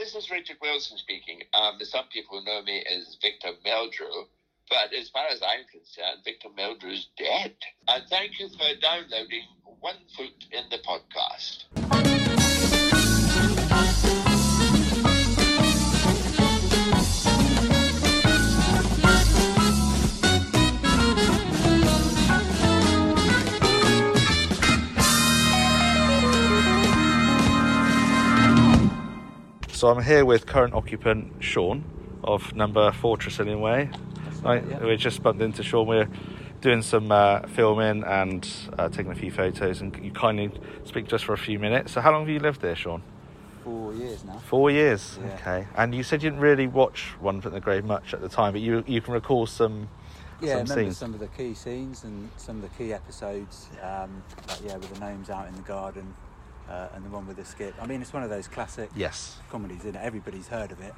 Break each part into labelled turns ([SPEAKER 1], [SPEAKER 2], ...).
[SPEAKER 1] is Richard Wilson speaking. Um, some people know me as Victor Meldrew, but as far as I'm concerned, Victor Meldrew's dead. And thank you for downloading One Foot in the Podcast.
[SPEAKER 2] So I'm here with current occupant Sean of number four Tresillian Way. Right, we just bumped into Sean. We're doing some uh, filming and uh, taking a few photos, and you kindly speak just for a few minutes. So how long have you lived there, Sean?
[SPEAKER 3] four years now.
[SPEAKER 2] Four years.
[SPEAKER 3] Yeah.
[SPEAKER 2] Okay. And you said you didn't really watch One Foot in the Grave much at the time, but you you can recall some
[SPEAKER 3] Yeah,
[SPEAKER 2] some
[SPEAKER 3] remember
[SPEAKER 2] scenes.
[SPEAKER 3] some of the key scenes and some of the key episodes. Um, like, yeah, with the gnomes out in the garden uh, and the one with the skip. I mean, it's one of those classic
[SPEAKER 2] Yes.
[SPEAKER 3] comedies, isn't it? Everybody's heard of it.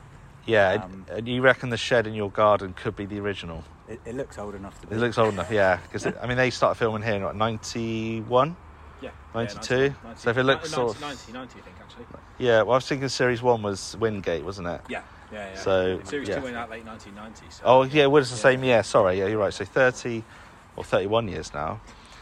[SPEAKER 2] Yeah. and-
[SPEAKER 3] Um,
[SPEAKER 2] and, you reckon the shed in your garden could be the original?
[SPEAKER 3] It, it looks old enough to be.
[SPEAKER 2] It looks old enough. Yeah. Because I mean, they started filming here in what, '91.
[SPEAKER 4] Yeah.
[SPEAKER 2] 92?
[SPEAKER 4] Yeah, Oh,
[SPEAKER 2] So if it looks sort of-
[SPEAKER 4] 90, 90, I think, actually.
[SPEAKER 2] Yeah, well, I was thinking series one was Wingate, wasn't it?
[SPEAKER 4] Yeah, yeah, yeah.
[SPEAKER 2] So,
[SPEAKER 4] Series
[SPEAKER 2] yeah.
[SPEAKER 4] 2 went out late 1990. So.
[SPEAKER 2] Oh, yeah, it was the
[SPEAKER 4] Yeah.
[SPEAKER 2] same year. Sorry, yeah, you're right. So 30 or 31 years now.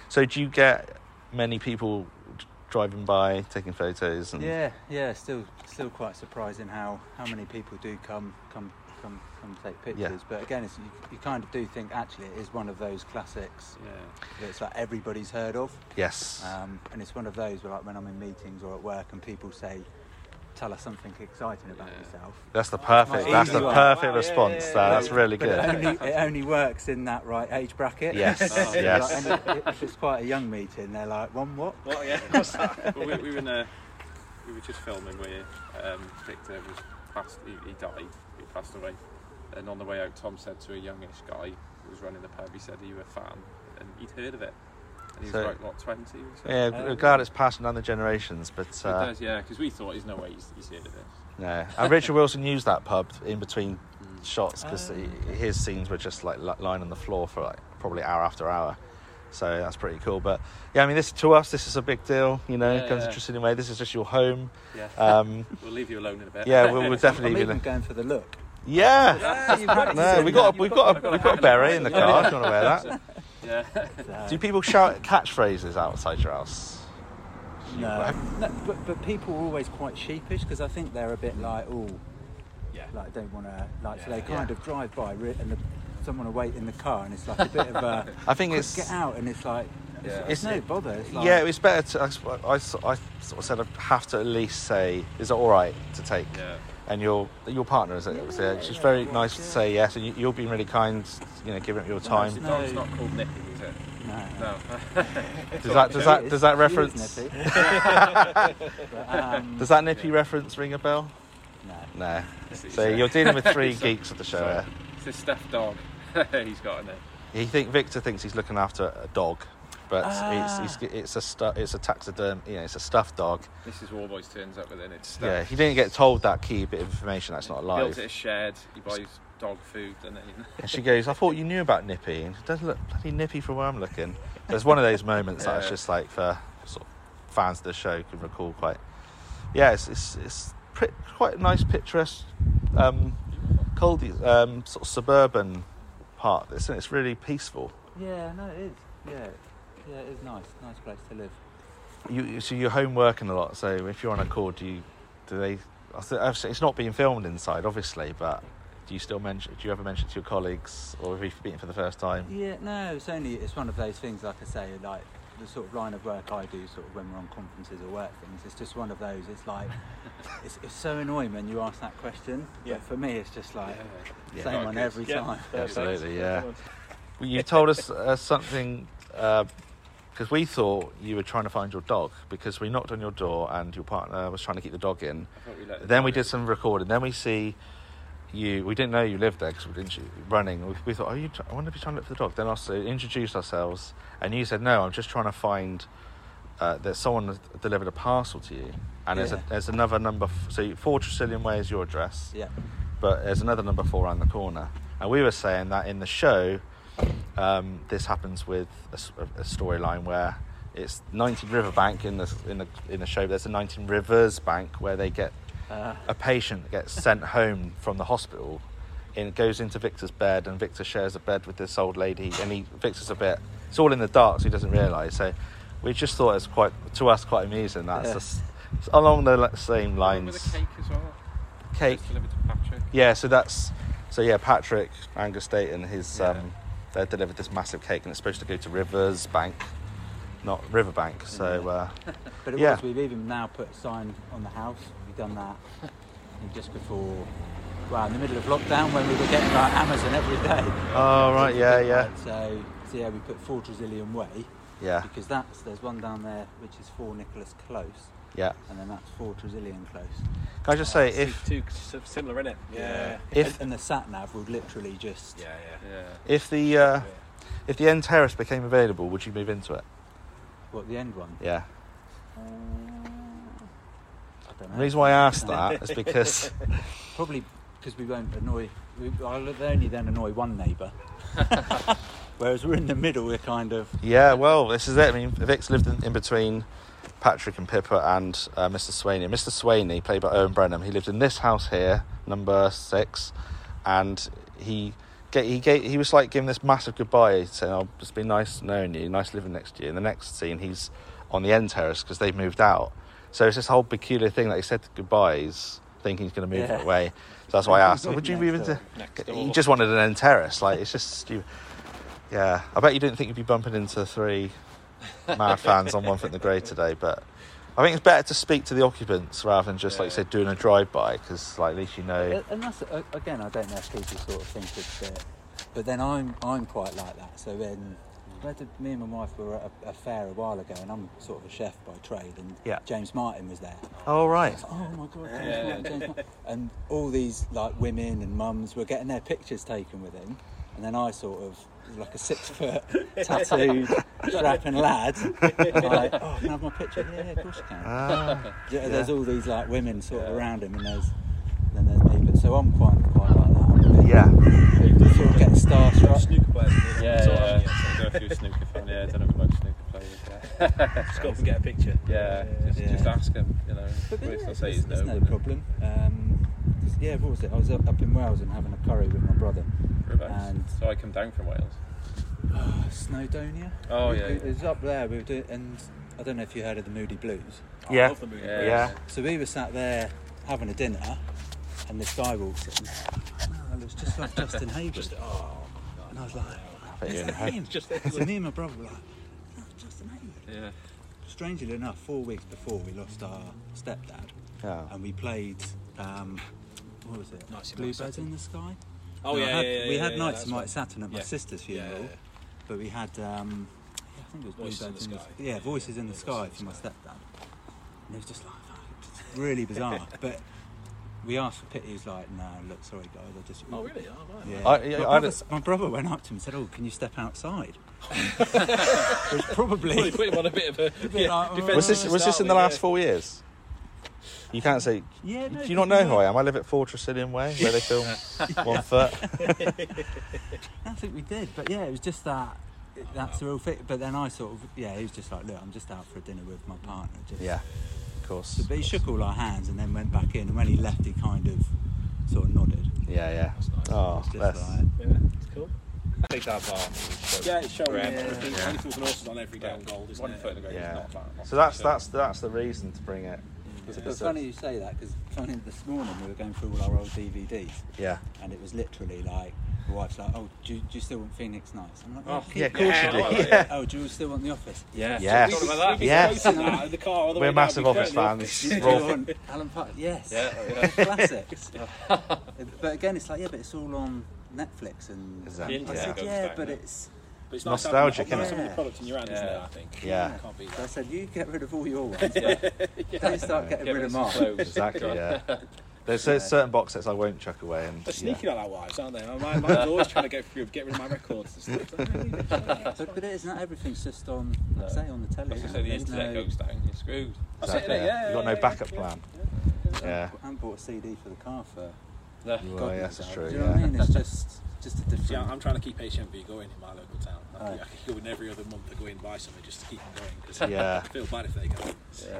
[SPEAKER 2] So do you get many people d- driving by, taking photos? And
[SPEAKER 3] Yeah, yeah. Still, still quite surprising how, how many people do come come come come take pictures. But again, it's, you, you kind of do think actually it is one of those classics that's like everybody's heard of.
[SPEAKER 2] Yes.
[SPEAKER 4] Uh,
[SPEAKER 3] Um, and it's one of those where, like, when I'm in meetings or at work, and people say, "Tell us something exciting about yourself."
[SPEAKER 2] that's the perfect.
[SPEAKER 3] easy
[SPEAKER 2] That's the
[SPEAKER 3] one.
[SPEAKER 2] perfect
[SPEAKER 4] Wow, yeah,
[SPEAKER 2] response.
[SPEAKER 4] yeah,
[SPEAKER 2] there.
[SPEAKER 4] yeah.
[SPEAKER 2] Uh, That's really
[SPEAKER 3] But it
[SPEAKER 2] good.
[SPEAKER 3] only, it only works in that right age bracket.
[SPEAKER 2] Yes,
[SPEAKER 3] Like,
[SPEAKER 2] yes.
[SPEAKER 3] and it- if it's quite a young meeting, they're like, "One what?"
[SPEAKER 4] Well, yeah. What's that?
[SPEAKER 5] well, we, we were in a, we were just filming where um, Victor was passed. He, he died. He passed away. And on the way out, Tom said to a youngish guy who was running the pub, he said, "Are you a fan?" And he'd heard of it. And he was
[SPEAKER 2] So-
[SPEAKER 5] like, what, twenty? Or something?
[SPEAKER 2] Yeah, regard it's passing down the generations, but
[SPEAKER 5] It
[SPEAKER 2] uh,
[SPEAKER 5] does, yeah, because we thought, "There's no way he's, he's heard of this."
[SPEAKER 2] no. And Richard Wilson used that pub in between shots because his scenes were just like li- lying on the floor for like probably hour after hour. So that's pretty cool. But yeah, I mean, this to us, this is a big deal. You know,
[SPEAKER 5] Yeah,
[SPEAKER 2] comes
[SPEAKER 5] yeah.
[SPEAKER 2] to Tristan Way. This is just your home.
[SPEAKER 5] Yeah,
[SPEAKER 2] Um,
[SPEAKER 5] we'll leave you alone in a bit.
[SPEAKER 2] yeah, we'll, we'll
[SPEAKER 3] I'm
[SPEAKER 2] definitely be.
[SPEAKER 3] even going for the look.
[SPEAKER 2] Yeah.
[SPEAKER 3] Ah, you've got it,
[SPEAKER 2] No,
[SPEAKER 3] you've
[SPEAKER 2] we got
[SPEAKER 3] got it.
[SPEAKER 2] a, we've got a, we've got a beret in the car. If you want to wear that.
[SPEAKER 5] yeah.
[SPEAKER 3] So,
[SPEAKER 2] Do people shout catchphrases outside your house?
[SPEAKER 3] no, no but, but people are always quite sheepish because I think they're a bit like, "Oh,
[SPEAKER 4] yeah.
[SPEAKER 3] like don't want to like." so they
[SPEAKER 4] Yeah.
[SPEAKER 3] kind of drive by re- and the, someone will wait in the car, and it's like a bit of a
[SPEAKER 2] I think
[SPEAKER 3] "Quick,
[SPEAKER 2] it's
[SPEAKER 3] get out, and it's like. It's,
[SPEAKER 5] Yeah.
[SPEAKER 2] It's-
[SPEAKER 3] it's no bother. It's like,
[SPEAKER 2] Yeah, it was better to. I, s- I s- I sort of said I have to at least say, is it all right to take?
[SPEAKER 5] Yeah.
[SPEAKER 2] And your your partner is it? Was there? She's
[SPEAKER 3] yeah,
[SPEAKER 2] very
[SPEAKER 3] yeah,
[SPEAKER 2] nice to
[SPEAKER 3] yeah.
[SPEAKER 2] say yes, and you, you've been really kind. You know, giving up your
[SPEAKER 5] No, it's,
[SPEAKER 2] time.
[SPEAKER 5] not- it's not called nipping, is it?
[SPEAKER 3] no.
[SPEAKER 5] No.
[SPEAKER 2] Does that does that does that
[SPEAKER 3] It's- it is
[SPEAKER 2] reference
[SPEAKER 3] nippy. But, um,
[SPEAKER 2] does that nippy reference ring a bell?
[SPEAKER 3] no.
[SPEAKER 2] No.
[SPEAKER 5] It's- it's
[SPEAKER 2] So
[SPEAKER 5] a-
[SPEAKER 2] you're dealing with three geeks at the show.
[SPEAKER 5] Sorry.
[SPEAKER 2] here.
[SPEAKER 5] It's a stuffed dog. he's got in it.
[SPEAKER 2] He think Victor thinks he's looking after a dog, but
[SPEAKER 3] Ah.
[SPEAKER 2] it's, it's it's a stu- it's a taxiderm. You know, it's a stuffed dog.
[SPEAKER 5] This is Warboys turns up with it. It's
[SPEAKER 2] Yeah,
[SPEAKER 5] stuffed.
[SPEAKER 2] he didn't get told that key bit of information. That's not
[SPEAKER 5] Built
[SPEAKER 2] alive.
[SPEAKER 5] it a shed. He buys dog food, and then
[SPEAKER 2] And she goes, I thought you knew about Nippy. And she does look bloody nippy from where I'm looking. There's one of those moments that it's
[SPEAKER 5] Yeah.
[SPEAKER 2] just like for sort of fans of the show can recall quite. Yeah, it's it's, it's pretty, quite a nice picturesque, um, cold, um, sort of suburban part. Isn't it? It's really peaceful.
[SPEAKER 3] Yeah, no, it is. Yeah, yeah, it is nice. Nice place to live.
[SPEAKER 2] You you- so you're home working a lot. So if you're on a call, do you do they? I th- I've seen- It's not being filmed inside, obviously, but. Do you still mention? Do you ever mention to your colleagues, or have you meeting for the first time?
[SPEAKER 3] Yeah, no, it's only it's one of those things. Like I say, like the sort of line of work I do, sort of when we're on conferences or work things. It's just one of those. It's like it's, it's so annoying when you ask that question.
[SPEAKER 4] Yeah.
[SPEAKER 3] But for me, it's just like
[SPEAKER 2] Yeah.
[SPEAKER 3] same one every
[SPEAKER 4] Yeah.
[SPEAKER 3] time.
[SPEAKER 2] Absolutely,
[SPEAKER 4] Thanks.
[SPEAKER 2] yeah. Well, you told us uh, something because we thought you were trying to find your dog because we knocked on your door and your partner was trying to keep the dog in.
[SPEAKER 5] I thought we let. The
[SPEAKER 2] Then we did
[SPEAKER 5] dog
[SPEAKER 2] some recording. Then we see you. We didn't know you lived there because we didn't see- running. We, we thought, oh, you. Tr- I wonder if you're trying to look for the dog. Then also introduced ourselves, and you said, no, I'm just trying to find uh, that someone has delivered a parcel to you. And there's,
[SPEAKER 3] Yeah.
[SPEAKER 2] a, there's another number. F- so four Tresillian Way is your address
[SPEAKER 3] Yeah.
[SPEAKER 2] but there's another number four around the corner. And we were saying that in the show, um, this happens with a, s- a- a storyline where it's 19 River Bank in the in the in the show. There's a 19 Rivers Bank where they get
[SPEAKER 3] Uh,
[SPEAKER 2] a patient gets sent home from the hospital and goes into Victor's bed, and Victor shares a bed with this old lady. And he Victor's a bit. It's all in the dark, so he doesn't realise. So we just thought it's quite to us quite amusing. That's
[SPEAKER 3] Yeah.
[SPEAKER 2] just it's along the li- same
[SPEAKER 5] With
[SPEAKER 2] lines.
[SPEAKER 5] a cake as well.
[SPEAKER 2] Cake.
[SPEAKER 5] Just delivered to Patrick.
[SPEAKER 2] Yeah. So that's so yeah. Patrick Angus Dayton, his
[SPEAKER 4] Yeah.
[SPEAKER 2] um, they delivered this massive cake, and it's supposed to go to Rivers Bank, not Riverbank. So uh,
[SPEAKER 3] but it
[SPEAKER 2] Yeah.
[SPEAKER 3] was, we've even now put a sign on the house. We've done that and just before, well, in the middle of lockdown when we were getting our Amazon every day.
[SPEAKER 2] oh right, yeah, yeah,
[SPEAKER 3] So, so yeah, we put Fort Resilient Way
[SPEAKER 2] yeah,
[SPEAKER 3] because that's there's one down there which is for Nicholas Close,
[SPEAKER 2] yeah.
[SPEAKER 3] and then that's Fort Resilient Close.
[SPEAKER 2] Can I just say if
[SPEAKER 4] two two similar in it. Yeah.
[SPEAKER 2] If-
[SPEAKER 3] and, and the sat nav would literally just
[SPEAKER 4] Yeah. Yeah.
[SPEAKER 5] Yeah.
[SPEAKER 2] If the uh, if the end terrace became available, would you move into it?
[SPEAKER 3] what the end one. Uh,
[SPEAKER 2] Yeah.
[SPEAKER 3] I don't
[SPEAKER 2] The
[SPEAKER 3] know.
[SPEAKER 2] reason why I asked that is because
[SPEAKER 3] Probably because we won't annoy. We, I'll only then annoy one neighbour. Whereas we're in the middle, we're kind of
[SPEAKER 2] yeah, well, this is it. I mean, Vic's lived in, in between Patrick and Pippa and uh, Mr. Swaney. Mr. Swaney, played by Owen Brenham, he lived in this house here, number six, and he. ga- He gave, he was like giving this massive goodbye, saying, "Oh, it's been nice knowing you, nice living next to you." And the next scene, he's on the end terrace because they've moved out. So it's this whole peculiar thing that he said goodbyes, thinking he's going to move
[SPEAKER 3] Yeah.
[SPEAKER 2] away. So that's why I asked, him, "Would you
[SPEAKER 3] Next
[SPEAKER 2] move into?"
[SPEAKER 3] door.
[SPEAKER 4] Next
[SPEAKER 2] He
[SPEAKER 4] door.
[SPEAKER 2] just wanted an end terrace. Like it's just stupid. Yeah, I bet you didn't think you'd be bumping into three mad fans on One Foot in the Grave today, but I think it's better to speak to the occupants rather than just, like you
[SPEAKER 5] Yeah.
[SPEAKER 2] said, doing a drive-by because, like, at least you know.
[SPEAKER 3] A- And that's a- again, I don't know if people sort of think it's it, but then I'm I'm quite like that. So then, where did, me and my wife were at a, a fair a while ago, and I'm sort of a chef by trade, and
[SPEAKER 2] Yeah.
[SPEAKER 3] James Martin was there.
[SPEAKER 2] Oh right.
[SPEAKER 3] Oh my god, James
[SPEAKER 5] Yeah.
[SPEAKER 3] Martin, James Martin. and all these like women and mums were getting their pictures taken with him, and then I sort of. Like a six foot tattooed strapping lad. Like, oh, can I have my picture? Yeah, yeah, of course you can.
[SPEAKER 2] Ah,
[SPEAKER 3] Yeah, there's
[SPEAKER 2] Yeah.
[SPEAKER 3] all these like women sort of
[SPEAKER 5] Yeah.
[SPEAKER 3] around him, and there's then there's me. But so I'm quite quite like that. I'm a bit-
[SPEAKER 2] yeah.
[SPEAKER 3] Sort of get starstruck.
[SPEAKER 4] Snooker players.
[SPEAKER 5] Yeah,
[SPEAKER 4] Sort
[SPEAKER 5] yeah,
[SPEAKER 4] of,
[SPEAKER 5] yeah. I don't know if you're a snooker fan. Yeah, I don't know much snooker players. Yeah,
[SPEAKER 4] Just go up and get a picture.
[SPEAKER 5] yeah, Just,
[SPEAKER 3] Yeah.
[SPEAKER 5] just ask him. You know,
[SPEAKER 3] But
[SPEAKER 5] worst
[SPEAKER 3] yeah,
[SPEAKER 5] I say
[SPEAKER 3] there's,
[SPEAKER 5] is
[SPEAKER 3] there's no
[SPEAKER 5] wouldn't it?
[SPEAKER 3] problem. Um, 'cause, yeah, what was it? I was up, up in Wales and having a curry with my brother.
[SPEAKER 5] Reverse.
[SPEAKER 3] And-
[SPEAKER 5] So I come down from Wales.
[SPEAKER 3] Oh, Snowdonia.
[SPEAKER 5] Oh,
[SPEAKER 3] We-
[SPEAKER 5] yeah,
[SPEAKER 3] we-
[SPEAKER 5] yeah.
[SPEAKER 3] It was up there. We were doing, and I don't know if you heard of the Moody Blues.
[SPEAKER 4] I
[SPEAKER 2] Yeah.
[SPEAKER 4] love the movie.
[SPEAKER 5] Yeah.
[SPEAKER 2] Yeah.
[SPEAKER 3] So we were sat there having a dinner, and this guy walks in. Oh, it looks just like Justin Hayward. Oh, and I was like,
[SPEAKER 2] bet you
[SPEAKER 3] it's
[SPEAKER 2] didn't have-
[SPEAKER 3] him.
[SPEAKER 4] Just-
[SPEAKER 3] so me and my brother were like, "Oh, Justin Hayward.
[SPEAKER 5] Yeah.
[SPEAKER 3] Strangely enough, four weeks before we lost our stepdad,
[SPEAKER 2] Oh.
[SPEAKER 3] and we played. Um, what was it?
[SPEAKER 4] Nights in White
[SPEAKER 3] Bluebirds
[SPEAKER 4] Satin.
[SPEAKER 3] in the Sky.
[SPEAKER 4] Oh
[SPEAKER 3] No, I
[SPEAKER 4] yeah,
[SPEAKER 3] had-
[SPEAKER 4] yeah, yeah,
[SPEAKER 3] We
[SPEAKER 4] yeah,
[SPEAKER 3] had
[SPEAKER 4] yeah,
[SPEAKER 3] Nights
[SPEAKER 4] that's
[SPEAKER 3] in White
[SPEAKER 4] right.
[SPEAKER 3] Satin at my
[SPEAKER 4] Yeah.
[SPEAKER 3] sister's
[SPEAKER 4] Yeah,
[SPEAKER 3] funeral,
[SPEAKER 4] yeah, yeah.
[SPEAKER 3] but we had. Um, I think it was
[SPEAKER 4] Voices in
[SPEAKER 3] Bluebirds
[SPEAKER 4] the
[SPEAKER 3] in the,
[SPEAKER 4] Sky.
[SPEAKER 3] Sky. Yeah, Voices in the Sky for my stepdad, and it was just like oh, really bizarre. but we asked for pity. He was like, "No, look, sorry guys, I just."
[SPEAKER 4] Oh really? Oh, right.
[SPEAKER 3] Yeah.
[SPEAKER 2] I-
[SPEAKER 3] my,
[SPEAKER 2] yeah, I
[SPEAKER 3] brother,
[SPEAKER 2] don't-
[SPEAKER 3] my brother went up to him and said, "Oh, can you step outside?" Which probably
[SPEAKER 4] Probably put him on a bit of a
[SPEAKER 3] bit like,
[SPEAKER 4] defensive
[SPEAKER 2] Was this
[SPEAKER 4] to
[SPEAKER 2] was this
[SPEAKER 4] start
[SPEAKER 2] in the
[SPEAKER 4] with,
[SPEAKER 2] last
[SPEAKER 4] yeah.
[SPEAKER 2] four years? You can't say.
[SPEAKER 3] Yeah, no,
[SPEAKER 2] Do you not know who I am? I live at Fortress Inn Way, where they film One Foot.
[SPEAKER 3] I think we did, but yeah, it was just that. it- That's the real thing. But then I sort of, yeah, he was just like, look, I'm just out for a dinner with my partner. Just.
[SPEAKER 2] Yeah, of course.
[SPEAKER 3] But he shook all our hands and then went back in. And when he left, he kind of sort of nodded.
[SPEAKER 2] Yeah, yeah.
[SPEAKER 4] That's nice.
[SPEAKER 2] Oh,
[SPEAKER 3] It's just
[SPEAKER 2] bless.
[SPEAKER 3] like,
[SPEAKER 4] Yeah, it's cool.
[SPEAKER 5] Take that bar.
[SPEAKER 4] Yeah, it's showing
[SPEAKER 5] Graham.
[SPEAKER 4] everything. Anything can horses on every down gold, isn't
[SPEAKER 5] One
[SPEAKER 4] it?
[SPEAKER 5] foot in the grave
[SPEAKER 2] Yeah.
[SPEAKER 5] is not that much.
[SPEAKER 2] So that's that's that's the reason to bring it.
[SPEAKER 3] It's
[SPEAKER 2] It's a-
[SPEAKER 3] funny you say that because funny this morning we were going through all our old DVDs
[SPEAKER 2] Yeah.
[SPEAKER 3] and it was literally like, my wife's like, oh, do, you- do you still want Phoenix Nights? I'm like, oh,
[SPEAKER 2] Yeah, of
[SPEAKER 3] keep
[SPEAKER 2] course you
[SPEAKER 3] it."
[SPEAKER 2] do.
[SPEAKER 5] Yeah.
[SPEAKER 2] Yeah.
[SPEAKER 3] Oh, do you still want The Office?
[SPEAKER 4] Yeah.
[SPEAKER 2] Yes.
[SPEAKER 4] We've been- we've been
[SPEAKER 2] Yes.
[SPEAKER 4] quoting that in the car all the
[SPEAKER 2] We're
[SPEAKER 4] way down.
[SPEAKER 2] massive
[SPEAKER 4] We've
[SPEAKER 2] Office
[SPEAKER 4] turned
[SPEAKER 2] fans.
[SPEAKER 3] Do you
[SPEAKER 2] Raw-
[SPEAKER 3] want Alan Park? Yes.
[SPEAKER 5] Yeah, yeah.
[SPEAKER 3] Classics. but again, it's like, yeah, but it's all on Netflix and.
[SPEAKER 2] Exactly.
[SPEAKER 3] I
[SPEAKER 5] Yeah.
[SPEAKER 3] said,
[SPEAKER 5] Goes
[SPEAKER 3] yeah,
[SPEAKER 5] back,
[SPEAKER 3] but
[SPEAKER 5] yeah.
[SPEAKER 3] it's.
[SPEAKER 4] But it's
[SPEAKER 2] Nostalgic,
[SPEAKER 4] nice to have
[SPEAKER 3] innit?
[SPEAKER 4] some of the product in your hand, isn't
[SPEAKER 5] Yeah.
[SPEAKER 4] it? I think.
[SPEAKER 2] Yeah.
[SPEAKER 4] Can't be
[SPEAKER 3] So I
[SPEAKER 4] that.
[SPEAKER 3] said, you get rid of all your ones, but don't start getting
[SPEAKER 5] Get
[SPEAKER 3] rid
[SPEAKER 5] rid
[SPEAKER 3] of
[SPEAKER 5] of
[SPEAKER 3] mine.
[SPEAKER 5] some clothes.
[SPEAKER 2] Exactly. Yeah. There's cer- certain box sets I won't chuck away, and
[SPEAKER 4] They're
[SPEAKER 2] yeah.
[SPEAKER 4] sneaky on our wives, aren't they? My, mine's always trying to get through, get rid of my records. and stuff.
[SPEAKER 3] But, but it is not everything's just on, like I
[SPEAKER 5] No.
[SPEAKER 3] say, on the telly.
[SPEAKER 5] As
[SPEAKER 3] now.
[SPEAKER 5] I say, the
[SPEAKER 3] There's
[SPEAKER 5] internet
[SPEAKER 3] no-
[SPEAKER 5] goes down, you're screwed.
[SPEAKER 4] That's it,
[SPEAKER 2] Exactly,
[SPEAKER 4] innit? Yeah,
[SPEAKER 2] You've got
[SPEAKER 4] yeah,
[SPEAKER 2] no
[SPEAKER 4] yeah,
[SPEAKER 2] backup
[SPEAKER 4] yeah.
[SPEAKER 2] plan.
[SPEAKER 3] I
[SPEAKER 2] Yeah.
[SPEAKER 3] haven't bought a CD for the car for.
[SPEAKER 5] Yeah.
[SPEAKER 2] You
[SPEAKER 3] God
[SPEAKER 2] are, yes,
[SPEAKER 3] knows
[SPEAKER 2] that's
[SPEAKER 3] how.
[SPEAKER 2] true.
[SPEAKER 3] Do you know what I
[SPEAKER 2] Yeah.
[SPEAKER 3] mean? It's just, just a different.
[SPEAKER 4] Yeah, I'm trying to keep HMV going in my local town. I,
[SPEAKER 3] Oh.
[SPEAKER 4] could- I could go in every other month. I go in and buy something just to keep them going because
[SPEAKER 2] Yeah.
[SPEAKER 4] I feel bad if they go.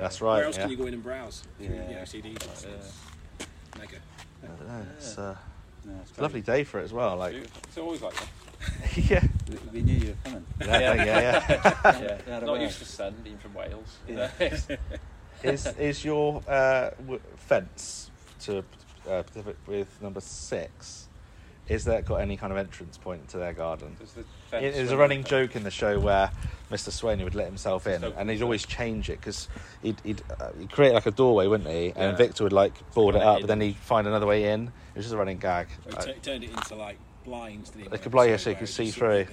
[SPEAKER 2] That's
[SPEAKER 4] Where
[SPEAKER 2] right.
[SPEAKER 4] else
[SPEAKER 2] Yeah.
[SPEAKER 4] can you go in and browse? Through,
[SPEAKER 3] Yeah.
[SPEAKER 4] You know, CDs. and stuff. Mega.
[SPEAKER 2] I don't know. It's uh,
[SPEAKER 3] No, it's
[SPEAKER 2] a lovely day for it as well. Like,
[SPEAKER 5] Beautiful. It's always like that.
[SPEAKER 2] yeah,
[SPEAKER 3] great. We, we knew you were coming.
[SPEAKER 2] yeah, yeah. yeah.
[SPEAKER 5] yeah.
[SPEAKER 3] yeah,
[SPEAKER 5] Not
[SPEAKER 3] yeah.
[SPEAKER 5] used to sun, being from Wales.
[SPEAKER 3] Yeah.
[SPEAKER 2] is is your uh, w- fence to uh, Pacific with number six? Is that got any kind of entrance point to their garden?
[SPEAKER 5] Does the fence
[SPEAKER 2] It is a
[SPEAKER 5] swing
[SPEAKER 2] running
[SPEAKER 5] with
[SPEAKER 2] joke in the show where Mr. Swaney would let himself in,
[SPEAKER 5] open
[SPEAKER 2] and he'd
[SPEAKER 5] the
[SPEAKER 2] always change it because he'd he'd, uh, he'd create like a doorway, wouldn't he? And
[SPEAKER 5] Yeah.
[SPEAKER 2] Victor would like board it
[SPEAKER 5] Run it
[SPEAKER 2] up,
[SPEAKER 5] in.
[SPEAKER 2] but then he'd find another way in. It was just a running gag.
[SPEAKER 4] We
[SPEAKER 2] Uh,
[SPEAKER 4] t- turned it into like blinds. Didn't
[SPEAKER 2] Like a blind, yeah, so you could see through.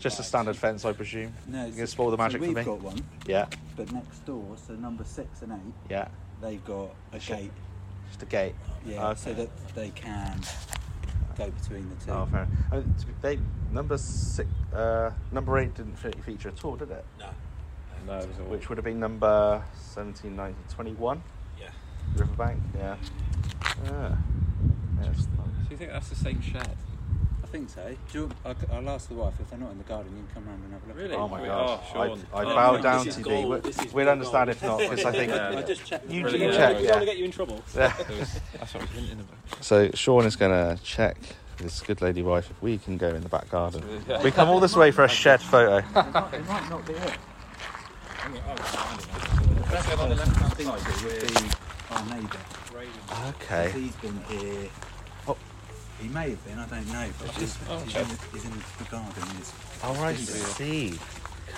[SPEAKER 2] just a standard
[SPEAKER 4] fence.
[SPEAKER 2] fence, I presume.
[SPEAKER 3] No,
[SPEAKER 2] you
[SPEAKER 3] so-
[SPEAKER 2] can spoil the
[SPEAKER 3] so
[SPEAKER 2] magic
[SPEAKER 3] we've
[SPEAKER 2] for me.
[SPEAKER 3] got one,
[SPEAKER 2] Yeah,
[SPEAKER 3] but next door, so number six and eight,
[SPEAKER 2] yeah,
[SPEAKER 3] they've got a
[SPEAKER 2] Sure.
[SPEAKER 3] gate.
[SPEAKER 2] just a gate.
[SPEAKER 3] Yeah,
[SPEAKER 2] Ah, Okay.
[SPEAKER 3] so that uh, they can go between the two.
[SPEAKER 2] Oh, fair. I mean, to be- they number six, uh, number eight didn't fe- feature at all, did it?
[SPEAKER 4] No.
[SPEAKER 5] No, it was all
[SPEAKER 2] Which would have been number 17, 19, 21,
[SPEAKER 4] Yeah.
[SPEAKER 2] Riverbank. Yeah. Ah, Yeah. yeah it's
[SPEAKER 5] Do you think that's the same shed?
[SPEAKER 3] I think so. Do you, I'll, I'll ask the wife if they're not in the garden. You can come round and have a look.
[SPEAKER 5] Really?
[SPEAKER 2] Oh my
[SPEAKER 5] Wait,
[SPEAKER 2] gosh.
[SPEAKER 5] oh, Sean.
[SPEAKER 2] I, I
[SPEAKER 5] Oh,
[SPEAKER 2] bow
[SPEAKER 5] this
[SPEAKER 2] down
[SPEAKER 4] is
[SPEAKER 2] to
[SPEAKER 4] gold.
[SPEAKER 2] you.
[SPEAKER 4] This is
[SPEAKER 2] We'd
[SPEAKER 4] gold.
[SPEAKER 2] understand if not, because I think.
[SPEAKER 5] Yeah.
[SPEAKER 3] I just checked.
[SPEAKER 2] You, you
[SPEAKER 5] Brilliant.
[SPEAKER 2] check,
[SPEAKER 4] We don't want
[SPEAKER 2] yeah.
[SPEAKER 4] to get you in trouble.
[SPEAKER 5] That's what I was hinting about.
[SPEAKER 2] So Sean is going to check this good lady wife if we can go in the back garden.
[SPEAKER 5] Yeah.
[SPEAKER 2] We come all this way for a shed photo.
[SPEAKER 3] It might, it might not be it. The best
[SPEAKER 4] on
[SPEAKER 3] person
[SPEAKER 4] the
[SPEAKER 3] to
[SPEAKER 4] left-hand
[SPEAKER 3] think
[SPEAKER 4] side,
[SPEAKER 3] of would be our neighbour.
[SPEAKER 2] Okay.
[SPEAKER 3] He's been here. Oh, he may have been. I don't know. But he's,
[SPEAKER 5] oh,
[SPEAKER 3] he's,
[SPEAKER 5] okay.
[SPEAKER 3] in, the, he's in the garden. He's,
[SPEAKER 2] All right. See.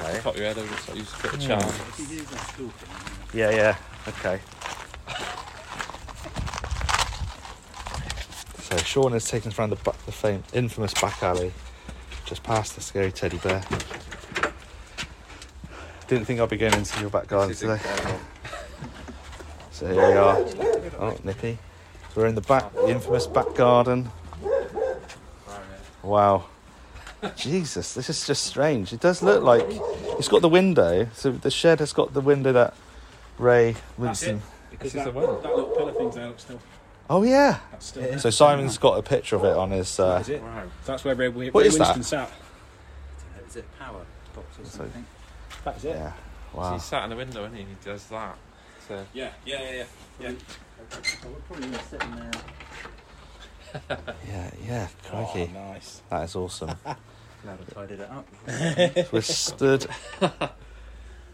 [SPEAKER 2] Okay.
[SPEAKER 5] Pop your head over, so you just get a
[SPEAKER 2] Hmm.
[SPEAKER 5] charm.
[SPEAKER 3] if he is a stalker,
[SPEAKER 2] Yeah, yeah. Okay. So Sean is taking us around the, back, the fam- infamous back alley, just past the scary teddy bear. Didn't think I'd be going into your back garden
[SPEAKER 5] This is
[SPEAKER 2] today.
[SPEAKER 5] incredible.
[SPEAKER 2] So here we are. Oh, nippy. So we're in the back, the infamous back garden. Wow. Jesus, this is just strange. It does look like it's got the window. So the shed has got the window that Ray Winston.
[SPEAKER 4] Because
[SPEAKER 5] This is
[SPEAKER 4] that,
[SPEAKER 5] the one.
[SPEAKER 4] that little pillar thing's there looks still.
[SPEAKER 2] Oh yeah.
[SPEAKER 4] That's still there.
[SPEAKER 2] So Simon's got a picture of it on his. Uh,
[SPEAKER 4] Is it? That's where Ray, Ray
[SPEAKER 2] What is
[SPEAKER 4] Winston
[SPEAKER 2] that?
[SPEAKER 4] sat.
[SPEAKER 3] is it a power box or something?
[SPEAKER 4] That is it.
[SPEAKER 2] yeah.
[SPEAKER 5] So
[SPEAKER 2] Wow.
[SPEAKER 5] he's sat in the window, and he? he does that. So
[SPEAKER 4] Yeah, yeah, yeah. yeah.
[SPEAKER 3] Oh, we're probably going to sit in there.
[SPEAKER 2] Yeah, yeah. Crikey,
[SPEAKER 4] Oh, nice.
[SPEAKER 2] that is awesome.
[SPEAKER 3] Glad I tidied it up.
[SPEAKER 2] We're stood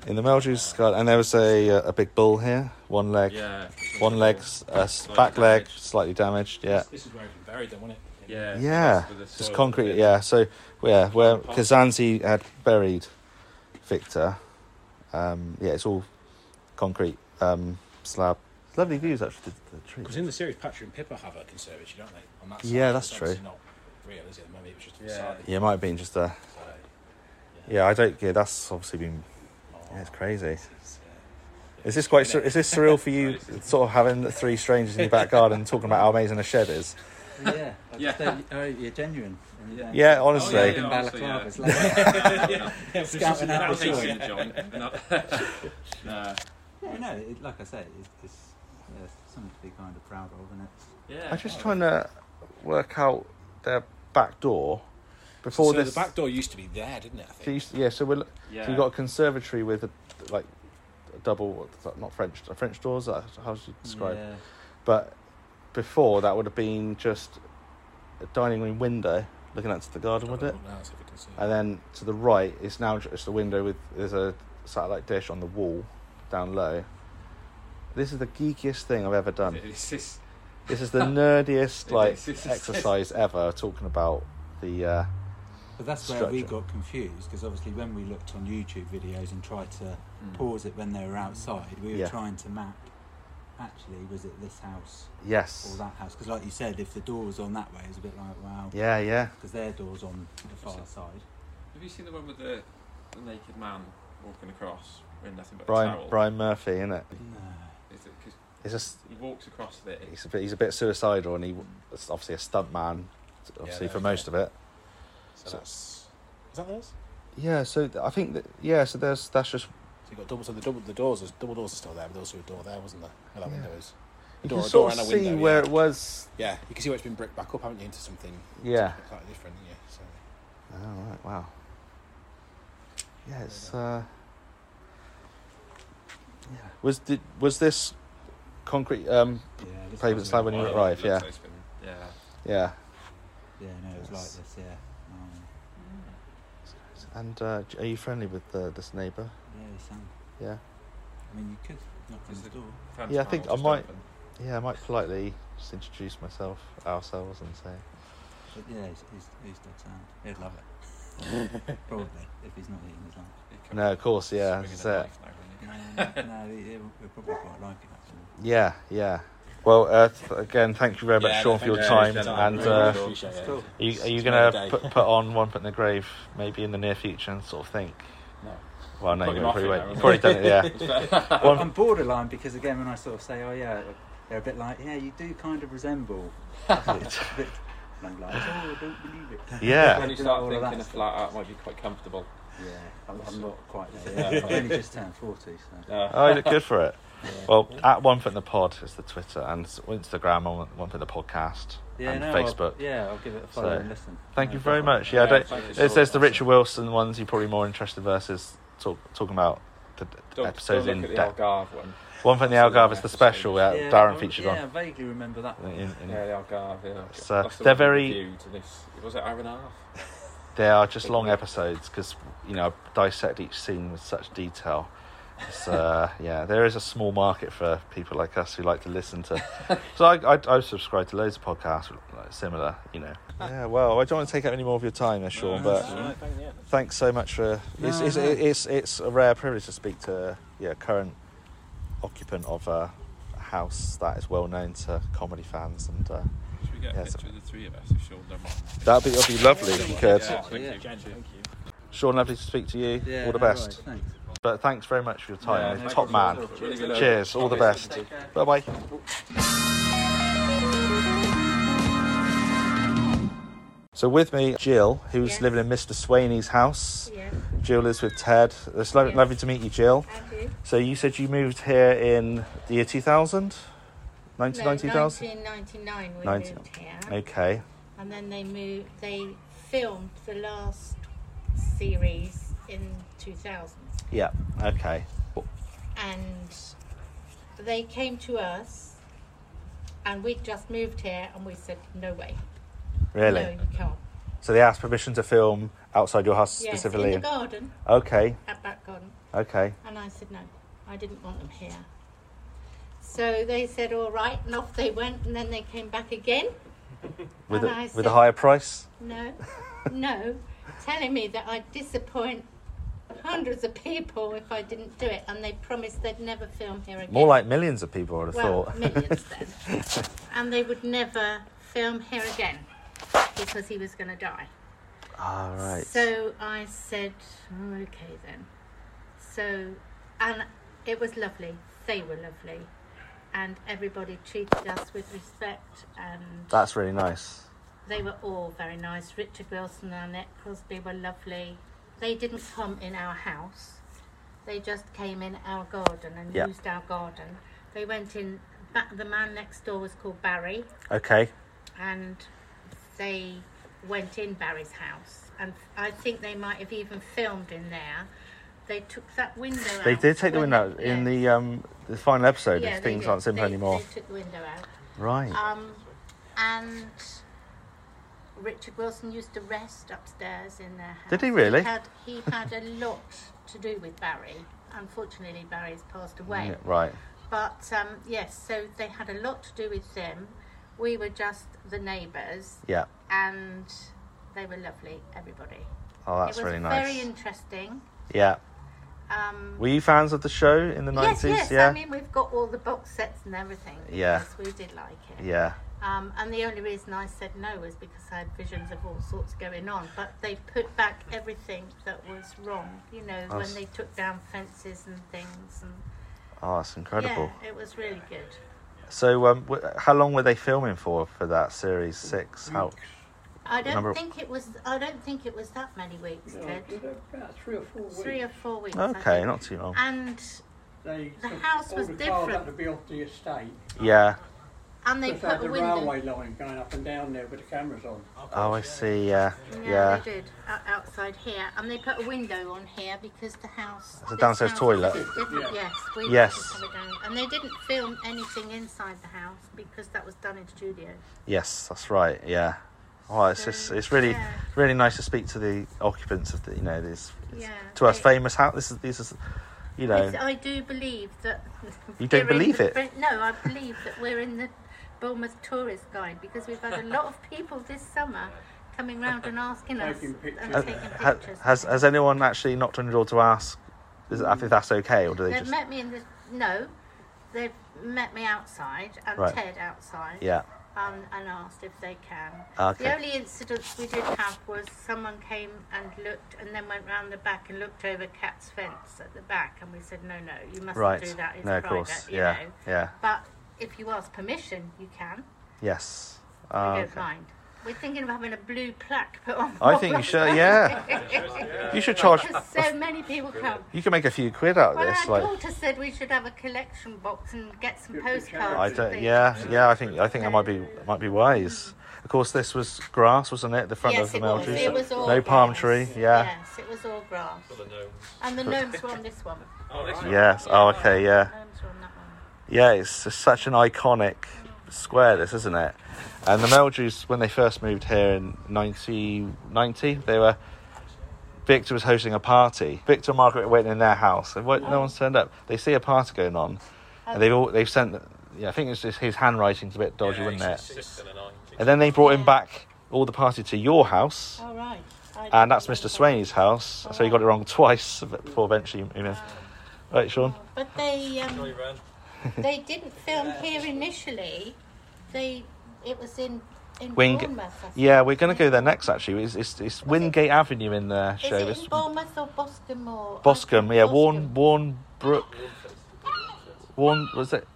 [SPEAKER 2] in the Meldrews garden, and there was a uh, a big bull here. One leg.
[SPEAKER 5] yeah,
[SPEAKER 2] One leg, uh, s- back leg,
[SPEAKER 5] damaged.
[SPEAKER 2] slightly damaged. Yeah.
[SPEAKER 4] This is where it's been buried, then, wasn't it?
[SPEAKER 5] Yeah,
[SPEAKER 2] Yeah,
[SPEAKER 5] that's with the
[SPEAKER 2] just
[SPEAKER 5] soil
[SPEAKER 2] concrete.
[SPEAKER 5] bit.
[SPEAKER 2] Yeah, so yeah, where Kazanzi had buried Victor, um, yeah, it's all concrete um, slab. It's lovely views actually. The, the
[SPEAKER 4] Because
[SPEAKER 2] tree.
[SPEAKER 4] in the series, Patrick and Pippa have a conservatory, don't they? On that side.
[SPEAKER 2] Yeah, that's
[SPEAKER 4] It's obviously
[SPEAKER 2] true.
[SPEAKER 4] not real, is it? At the moment, it was just a
[SPEAKER 5] Yeah.
[SPEAKER 4] facade.
[SPEAKER 2] Yeah, it might have been just a.
[SPEAKER 4] So,
[SPEAKER 2] Yeah, I don't. Yeah, that's obviously been. Yeah, it's crazy.
[SPEAKER 4] Oh, it's, uh,
[SPEAKER 2] Is this quite? sur- Is this surreal for you? Sort of having three strangers in your back garden talking about how amazing a shed is.
[SPEAKER 3] yeah. I
[SPEAKER 5] Yeah.
[SPEAKER 3] just don't- Oh, you're genuine. and uh, Oh, you don't-
[SPEAKER 2] Yeah, honestly.
[SPEAKER 5] yeah,
[SPEAKER 3] Like in
[SPEAKER 5] yeah. honestly,
[SPEAKER 3] balaclavas,
[SPEAKER 4] yeah,
[SPEAKER 3] Scouting out
[SPEAKER 5] That
[SPEAKER 3] the
[SPEAKER 5] takes
[SPEAKER 3] joint.
[SPEAKER 5] you, John. No. Nah.
[SPEAKER 3] Yeah, no, it, like I say, it's, it's uh, something to be kind of proud of, and it's
[SPEAKER 5] Yeah.
[SPEAKER 2] I'm just trying to work out their back door. Before
[SPEAKER 4] So
[SPEAKER 2] this,
[SPEAKER 4] the back door used to be there, didn't it? I
[SPEAKER 2] So you,
[SPEAKER 4] think.
[SPEAKER 2] yeah, so we're
[SPEAKER 5] Yeah.
[SPEAKER 2] so you've got a conservatory with a, like a double what's that, not French French doors. uh, How do you describe?
[SPEAKER 3] Yeah.
[SPEAKER 2] But before that would have been just a dining room window looking out to the garden, would it?
[SPEAKER 4] Now, so we can see.
[SPEAKER 2] And then to the right, it's now just a window with there's a satellite dish on the wall down low. This is the geekiest thing I've ever done.
[SPEAKER 5] It's just-
[SPEAKER 2] This is the nerdiest
[SPEAKER 5] It
[SPEAKER 2] like
[SPEAKER 5] is, it is.
[SPEAKER 2] exercise ever. Talking about the uh,
[SPEAKER 3] But that's where we
[SPEAKER 2] Structure.
[SPEAKER 3] got confused because obviously when we looked on YouTube videos and tried to
[SPEAKER 5] Hmm.
[SPEAKER 3] pause it when they were outside, we were
[SPEAKER 2] Yeah.
[SPEAKER 3] trying to map. Actually, was it this house or
[SPEAKER 2] yes,
[SPEAKER 3] that house? Because like you said, if the door was on that way, it's a bit like wow,
[SPEAKER 2] yeah, yeah.
[SPEAKER 3] because their door's on the far side.
[SPEAKER 5] Have you seen the one with the, the naked man walking across with nothing but a
[SPEAKER 2] Brian
[SPEAKER 5] towel?
[SPEAKER 2] Brian Murphy, isn't it?
[SPEAKER 3] Uh,
[SPEAKER 5] Is it, 'cause
[SPEAKER 2] It's just
[SPEAKER 5] he walks across there.
[SPEAKER 2] he's a bit he's a bit suicidal and he was obviously a stunt man obviously
[SPEAKER 4] there
[SPEAKER 2] for
[SPEAKER 4] we
[SPEAKER 2] most of it
[SPEAKER 4] So that's. Is that theirs?
[SPEAKER 2] yeah so th- i think that yeah so there's that's just
[SPEAKER 4] So you got double. So the double, the doors, the double doors are still there, but there's also a door there, wasn't there? Well, that
[SPEAKER 2] Yeah.
[SPEAKER 4] window is.
[SPEAKER 2] you
[SPEAKER 4] Door-
[SPEAKER 2] can
[SPEAKER 4] a door
[SPEAKER 2] sort of
[SPEAKER 4] and a
[SPEAKER 2] see
[SPEAKER 4] window,
[SPEAKER 2] where
[SPEAKER 4] yeah.
[SPEAKER 2] it was
[SPEAKER 4] Yeah, you can see where it's been bricked back up, haven't you, into something
[SPEAKER 2] yeah
[SPEAKER 4] slightly different. Yeah. So.
[SPEAKER 2] oh, right wow yeah it's uh yeah was did was this concrete um,
[SPEAKER 3] Yeah, this
[SPEAKER 2] pavement
[SPEAKER 3] wasn't-
[SPEAKER 2] slab when you
[SPEAKER 5] Well,
[SPEAKER 2] arrived.
[SPEAKER 5] it
[SPEAKER 2] Yeah,
[SPEAKER 5] looks like it's been- yeah.
[SPEAKER 2] yeah.
[SPEAKER 3] Yeah, no, it was like
[SPEAKER 2] Yes.
[SPEAKER 3] this. Yeah. Um,
[SPEAKER 2] And uh, j- are you friendly with uh, this neighbour?
[SPEAKER 3] yeah, they sound.
[SPEAKER 2] Yeah,
[SPEAKER 3] I mean, you could knock on
[SPEAKER 5] Is
[SPEAKER 3] the
[SPEAKER 5] it-
[SPEAKER 3] door.
[SPEAKER 5] Fence
[SPEAKER 2] Yeah, I
[SPEAKER 5] panel
[SPEAKER 2] think I
[SPEAKER 5] just
[SPEAKER 2] might-
[SPEAKER 5] open.
[SPEAKER 2] yeah. I might politely just introduce myself, ourselves, and say,
[SPEAKER 3] But yeah, he's, he's, he's dog sound. He'd love it. Probably, if he's not eating his lunch.
[SPEAKER 5] You can
[SPEAKER 2] no, of course, yeah,
[SPEAKER 5] swing in
[SPEAKER 2] that's
[SPEAKER 5] a
[SPEAKER 2] it.
[SPEAKER 5] knife now, wouldn't
[SPEAKER 3] No,
[SPEAKER 5] you?
[SPEAKER 3] no, no, he, he will probably quite like it actually.
[SPEAKER 2] Yeah, yeah. Well, uh, th- again, thank you very much,
[SPEAKER 6] Yeah,
[SPEAKER 2] Sean,
[SPEAKER 6] no,
[SPEAKER 2] for your
[SPEAKER 6] thank you
[SPEAKER 2] time.
[SPEAKER 6] very much.
[SPEAKER 2] And
[SPEAKER 6] Really
[SPEAKER 2] uh,
[SPEAKER 6] cool.
[SPEAKER 4] appreciate it.
[SPEAKER 3] Cool.
[SPEAKER 2] are you, are you
[SPEAKER 6] It's
[SPEAKER 2] going
[SPEAKER 6] another
[SPEAKER 2] to
[SPEAKER 6] day.
[SPEAKER 2] put, put on one foot in the grave maybe in the near future and sort of think?
[SPEAKER 6] No.
[SPEAKER 2] Well, no,
[SPEAKER 5] Put
[SPEAKER 2] you
[SPEAKER 5] him off
[SPEAKER 2] probably
[SPEAKER 5] it
[SPEAKER 2] won't.
[SPEAKER 5] now,
[SPEAKER 2] You've probably done it, yeah. One-
[SPEAKER 3] I'm borderline because again, when I sort of say, "Oh yeah," they're a bit like, "Yeah, you do kind of resemble." it's a bit, and I'm like, "Oh, I don't believe it."
[SPEAKER 2] Yeah.
[SPEAKER 6] When you
[SPEAKER 3] Do all
[SPEAKER 6] start
[SPEAKER 3] of
[SPEAKER 6] thinking
[SPEAKER 3] that
[SPEAKER 6] a
[SPEAKER 3] stuff.
[SPEAKER 6] flat out might be quite comfortable.
[SPEAKER 3] Yeah, I'm, I'm not quite there. Yet. I've only just turned forty, so.
[SPEAKER 6] Uh,
[SPEAKER 2] Oh, you look good for it. Well, at One Foot in the Pod is the Twitter and s- Instagram on One Foot in the Podcast
[SPEAKER 3] Yeah,
[SPEAKER 2] and
[SPEAKER 3] no,
[SPEAKER 2] Facebook.
[SPEAKER 3] I'll, yeah, I'll give it a follow
[SPEAKER 2] So,
[SPEAKER 3] and listen.
[SPEAKER 2] Thank
[SPEAKER 3] No
[SPEAKER 2] you very
[SPEAKER 3] problem.
[SPEAKER 2] much. Yeah, I don't,
[SPEAKER 5] thank you,
[SPEAKER 2] it says the
[SPEAKER 5] Sean.
[SPEAKER 2] Richard Wilson ones you're probably more interested versus talk, talking about the d-
[SPEAKER 6] don't,
[SPEAKER 2] episodes
[SPEAKER 6] don't
[SPEAKER 2] in
[SPEAKER 6] look at
[SPEAKER 2] depth.
[SPEAKER 6] the Algarve one.
[SPEAKER 2] One Foot in the
[SPEAKER 6] That's the one I
[SPEAKER 2] Algarve is the
[SPEAKER 6] have to say.
[SPEAKER 2] special uh,
[SPEAKER 3] Yeah,
[SPEAKER 2] Darren
[SPEAKER 3] I-
[SPEAKER 2] features
[SPEAKER 3] yeah,
[SPEAKER 2] on.
[SPEAKER 3] I vaguely remember that.
[SPEAKER 2] in,
[SPEAKER 3] One.
[SPEAKER 2] in-
[SPEAKER 6] Yeah, the Algarve. Yeah.
[SPEAKER 2] So,
[SPEAKER 5] That's the
[SPEAKER 2] uh, they're
[SPEAKER 5] one we
[SPEAKER 2] very-
[SPEAKER 5] reviewed, and it's- Was it hour and a half?
[SPEAKER 2] They are just long episodes because you know I dissect each scene with such detail. So yeah, there is a small market for people like us who like to listen to. So I, I, I subscribe to loads of podcasts like, similar, you know. Yeah, well, I don't want to take up any more of your time, there, Sean. but thanks so much for it's,
[SPEAKER 3] No,
[SPEAKER 2] it's,
[SPEAKER 3] no.
[SPEAKER 2] it's it's a rare privilege to speak to yeah current occupant of a house that is well known to comedy fans, and uh,
[SPEAKER 5] Should we get a
[SPEAKER 2] Yes.
[SPEAKER 5] picture of the three of us if Sean don't mind?
[SPEAKER 2] that'd be that'd be lovely if you could.
[SPEAKER 5] Yeah, thank
[SPEAKER 3] Yeah.
[SPEAKER 5] you.
[SPEAKER 6] Thank you.
[SPEAKER 2] Sean, lovely to speak to you.
[SPEAKER 3] Yeah,
[SPEAKER 2] All the
[SPEAKER 3] no
[SPEAKER 2] best.
[SPEAKER 3] worries, Thanks.
[SPEAKER 2] But thanks very much for your time.
[SPEAKER 6] Yeah, no
[SPEAKER 2] Top
[SPEAKER 6] problem.
[SPEAKER 2] man.
[SPEAKER 6] Really good
[SPEAKER 2] Cheers. All the best.
[SPEAKER 3] Take care.
[SPEAKER 2] Bye bye. So with me, Jill, who's
[SPEAKER 7] Yes.
[SPEAKER 2] living in Mr. Swaney's house.
[SPEAKER 7] Yeah,
[SPEAKER 2] Jill is with Ted. It's lo-
[SPEAKER 7] Yes.
[SPEAKER 2] lovely to meet you, Jill.
[SPEAKER 7] I do.
[SPEAKER 2] So you said you moved here in the year 2000? 1990,000?
[SPEAKER 7] 1999 we
[SPEAKER 2] Nineteen-
[SPEAKER 7] moved here,
[SPEAKER 2] Okay.
[SPEAKER 7] and then they moved. They filmed the last series in 2000,
[SPEAKER 2] Yeah. Okay.
[SPEAKER 7] and they came to us, and we would just moved here, and we said no way,
[SPEAKER 2] Really?
[SPEAKER 7] no, you can't.
[SPEAKER 2] So they asked permission to film outside your house
[SPEAKER 7] Yes, in
[SPEAKER 2] specifically?
[SPEAKER 7] the garden,
[SPEAKER 2] okay.
[SPEAKER 7] at back garden,
[SPEAKER 2] Okay.
[SPEAKER 7] and I said no, I didn't want them here. So they said all right, and off they went, and then they came back again.
[SPEAKER 2] With
[SPEAKER 7] And
[SPEAKER 2] a,
[SPEAKER 7] I
[SPEAKER 2] with a
[SPEAKER 7] said-
[SPEAKER 2] higher price?
[SPEAKER 7] No, no, telling me that I'd disappoint hundreds of people if I didn't do it, and they promised they'd never film here again.
[SPEAKER 2] More like millions of people, I would have
[SPEAKER 7] well,
[SPEAKER 2] thought.
[SPEAKER 7] millions then, and they would never film here again because he was going to die.
[SPEAKER 2] All Ah, right.
[SPEAKER 7] So I said, "Oh, okay then. So, and it was lovely. They were lovely, and everybody treated us with respect and.
[SPEAKER 2] That's really nice.
[SPEAKER 7] They were all very nice. Richard Wilson and Annette Crosby were lovely. They didn't come in our house. They just came in our garden and
[SPEAKER 2] Yeah.
[SPEAKER 7] used our garden. They went in. ba- The man next door was called Barry,
[SPEAKER 2] Okay.
[SPEAKER 7] and they went in Barry's house. And I think they might have even filmed in there. They took that window out.
[SPEAKER 2] They did take the
[SPEAKER 7] when
[SPEAKER 2] window out
[SPEAKER 7] they-
[SPEAKER 2] in
[SPEAKER 7] yeah.
[SPEAKER 2] the um the final episode
[SPEAKER 7] Yeah,
[SPEAKER 2] if
[SPEAKER 7] they
[SPEAKER 2] things
[SPEAKER 7] did.
[SPEAKER 2] aren't simple
[SPEAKER 7] They-
[SPEAKER 2] anymore.
[SPEAKER 7] They took the window out.
[SPEAKER 2] Right.
[SPEAKER 7] Um, and Richard Wilson used to rest upstairs in their house.
[SPEAKER 2] Did he really?
[SPEAKER 7] He had, he had a lot to do with Barry. Unfortunately, Barry's passed away.
[SPEAKER 2] Yeah, right.
[SPEAKER 7] But um, yes, so they had a lot to do with them. We were just the neighbours,
[SPEAKER 2] Yeah.
[SPEAKER 7] and they were lovely. Everybody.
[SPEAKER 2] Oh, that's
[SPEAKER 7] it was
[SPEAKER 2] really nice.
[SPEAKER 7] Very interesting.
[SPEAKER 2] yeah.
[SPEAKER 7] Um,
[SPEAKER 2] Were you fans of the show in the
[SPEAKER 7] yes,
[SPEAKER 2] nineties?
[SPEAKER 7] yes.
[SPEAKER 2] yeah.
[SPEAKER 7] I mean, we've got all the box sets and everything.
[SPEAKER 2] Yeah.
[SPEAKER 7] because we did like it.
[SPEAKER 2] yeah.
[SPEAKER 7] Um, and the only reason I said no was because I had visions of all sorts going on. But they put back everything that was wrong, you know,
[SPEAKER 2] Oh, s-
[SPEAKER 7] when they took down fences and things. And
[SPEAKER 2] Oh, that's incredible.
[SPEAKER 7] yeah, it was really good.
[SPEAKER 2] So, um, w- how long were they filming for for that series six? How?
[SPEAKER 7] I don't
[SPEAKER 2] Number-
[SPEAKER 7] think it was. I don't think it was that many weeks, Ted.
[SPEAKER 8] About three or four weeks.
[SPEAKER 7] Three or four weeks. I
[SPEAKER 2] Okay,
[SPEAKER 7] think.
[SPEAKER 2] not too long.
[SPEAKER 7] And
[SPEAKER 8] They
[SPEAKER 7] The
[SPEAKER 8] took
[SPEAKER 7] house
[SPEAKER 8] all
[SPEAKER 7] was
[SPEAKER 8] the cars
[SPEAKER 7] different.
[SPEAKER 8] had to be off the estate.
[SPEAKER 2] Yeah.
[SPEAKER 7] And they
[SPEAKER 8] It's like
[SPEAKER 7] put
[SPEAKER 8] the
[SPEAKER 7] a window.
[SPEAKER 8] railway line going up and down there with the cameras on.
[SPEAKER 2] Oh, I see. Yeah,
[SPEAKER 7] Yeah,
[SPEAKER 2] yeah.
[SPEAKER 7] they did o- outside here, and they put a window on here because the house.
[SPEAKER 2] It's a
[SPEAKER 7] this
[SPEAKER 2] downstairs
[SPEAKER 7] house
[SPEAKER 2] toilet.
[SPEAKER 7] is different.
[SPEAKER 8] Yeah.
[SPEAKER 7] Yes, we did
[SPEAKER 2] Yes.
[SPEAKER 7] have it down- and they didn't film anything inside the house because that was done in studio.
[SPEAKER 2] Yes, that's right. Yeah. Oh, it's just it's really
[SPEAKER 7] Yeah.
[SPEAKER 2] really nice to speak to the occupants of the you know this it's-
[SPEAKER 7] Yeah,
[SPEAKER 2] to us
[SPEAKER 7] they-
[SPEAKER 2] famous house. This is this is you know
[SPEAKER 7] Yes, I do believe that.
[SPEAKER 2] You don't
[SPEAKER 7] we're in
[SPEAKER 2] believe
[SPEAKER 7] the
[SPEAKER 2] it?
[SPEAKER 7] Brit- No, I believe that we're in the Bournemouth Tourist Guide because we've had a lot of people this summer coming round and asking us
[SPEAKER 8] Taking pictures.
[SPEAKER 7] and
[SPEAKER 2] ha-
[SPEAKER 7] taking
[SPEAKER 2] ha-
[SPEAKER 7] pictures.
[SPEAKER 2] has has anyone actually knocked on your door to ask is, if that's okay or do they
[SPEAKER 7] Mm. They've
[SPEAKER 2] just
[SPEAKER 7] met me in the no. They've met me outside and
[SPEAKER 2] Right.
[SPEAKER 7] Ted outside.
[SPEAKER 2] yeah
[SPEAKER 7] um, and asked if they can.
[SPEAKER 2] Ah, Okay.
[SPEAKER 7] The only incidents we did have was someone came and looked and then went round the back and looked over Cat's fence at the back, and we said, no, no, you mustn't
[SPEAKER 2] right
[SPEAKER 7] do that. It's
[SPEAKER 2] no of
[SPEAKER 7] private,
[SPEAKER 2] course
[SPEAKER 7] you
[SPEAKER 2] yeah
[SPEAKER 7] know.
[SPEAKER 2] yeah
[SPEAKER 7] But if you ask permission, you can.
[SPEAKER 2] yes
[SPEAKER 7] We
[SPEAKER 2] Ah,
[SPEAKER 7] don't
[SPEAKER 2] okay.
[SPEAKER 7] mind. We're thinking of having a blue plaque put on. the
[SPEAKER 2] I think you
[SPEAKER 7] wall.
[SPEAKER 2] should yeah you should charge
[SPEAKER 7] Because so many people come.
[SPEAKER 2] you can make a few quid out of
[SPEAKER 7] Well,
[SPEAKER 2] this
[SPEAKER 7] our
[SPEAKER 2] like
[SPEAKER 7] daughter said we should have a collection box and get some
[SPEAKER 8] Give to
[SPEAKER 7] postcards.
[SPEAKER 2] I
[SPEAKER 8] charity.
[SPEAKER 7] and
[SPEAKER 2] don't.
[SPEAKER 7] things.
[SPEAKER 2] Yeah, yeah. I think I think that might be might be wise. Of course, this was grass, wasn't it? The front
[SPEAKER 7] Mm. yes,
[SPEAKER 2] of the
[SPEAKER 7] it
[SPEAKER 2] Meltree.
[SPEAKER 7] was. It was all
[SPEAKER 2] no palm
[SPEAKER 7] grass.
[SPEAKER 2] tree. Yeah.
[SPEAKER 7] Yes, it was all grass.
[SPEAKER 6] the gnomes.
[SPEAKER 7] And the gnomes were on this one.
[SPEAKER 2] Yes. Oh, okay. Yeah.
[SPEAKER 7] Gnomes were on that one.
[SPEAKER 2] Yeah. It's just such an iconic square. This, isn't it? And the Meldrews, when they first moved here in 1990, they were. Victor was hosting a party. Victor and Margaret were waiting in their house. And what, no one's turned up. They see a party going on, and they've all they've sent. Yeah, I think it's just his handwriting's a bit dodgy,
[SPEAKER 6] Yeah,
[SPEAKER 2] wasn't it?
[SPEAKER 6] it's just an eye.
[SPEAKER 2] And then they brought him
[SPEAKER 7] Yeah.
[SPEAKER 2] back all the party to your house,
[SPEAKER 7] All right. I
[SPEAKER 2] and
[SPEAKER 7] didn't
[SPEAKER 2] that's
[SPEAKER 7] know
[SPEAKER 2] Mr.
[SPEAKER 7] that.
[SPEAKER 2] Swain's house. So he got it wrong twice before eventually he missed. Right, Sean.
[SPEAKER 7] But they um, they didn't film here initially. They it was in in
[SPEAKER 2] Wing-
[SPEAKER 7] Bournemouth. I think.
[SPEAKER 2] Yeah, we're going to go there next. Actually, it's it's, it's Wingate Avenue in there.
[SPEAKER 7] Is
[SPEAKER 2] Show
[SPEAKER 7] it
[SPEAKER 2] this
[SPEAKER 7] in Bournemouth or Boscombe or um,
[SPEAKER 2] Boscombe. Yeah, Warren
[SPEAKER 7] Warn.
[SPEAKER 2] Warren Brook. Warren was it?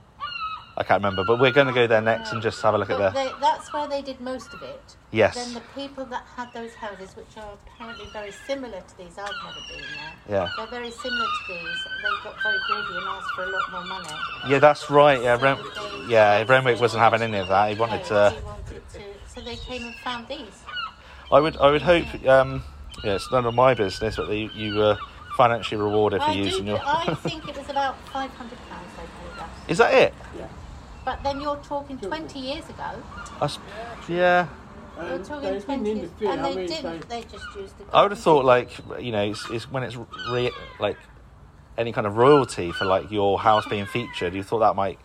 [SPEAKER 2] I can't remember, but we're going to go there next and just have a look at
[SPEAKER 7] But
[SPEAKER 2] the.
[SPEAKER 7] they, that's where they did most of it. Then
[SPEAKER 2] Yes.
[SPEAKER 7] the people that had those houses, which are apparently very similar to these, I've never been there.
[SPEAKER 2] Yeah.
[SPEAKER 7] They're very similar to these. They got very greedy and asked for a lot more money.
[SPEAKER 2] Yeah, that's right. Yeah, Ren- yeah, Renwick wasn't having any of that. He wanted to.
[SPEAKER 7] He wanted to. So they came and found these.
[SPEAKER 2] I would I would hope um, yeah, it's none of my business, but the, you were financially rewarded for
[SPEAKER 7] I, do,
[SPEAKER 2] using your.
[SPEAKER 7] I think it was about £500 they paid us.
[SPEAKER 2] Is that it?
[SPEAKER 7] But then you're talking 20 years ago.
[SPEAKER 2] That's, yeah,
[SPEAKER 7] You're
[SPEAKER 8] Um,
[SPEAKER 7] talking
[SPEAKER 8] they
[SPEAKER 7] 20
[SPEAKER 8] didn't
[SPEAKER 7] years
[SPEAKER 8] interfere.
[SPEAKER 7] And
[SPEAKER 8] I
[SPEAKER 7] they
[SPEAKER 8] mean,
[SPEAKER 7] didn't.
[SPEAKER 8] they-
[SPEAKER 7] They just used the.
[SPEAKER 2] I would have
[SPEAKER 7] garden.
[SPEAKER 2] thought like you know it's, it's when it's re- like any kind of royalty for like your house being featured. You thought that might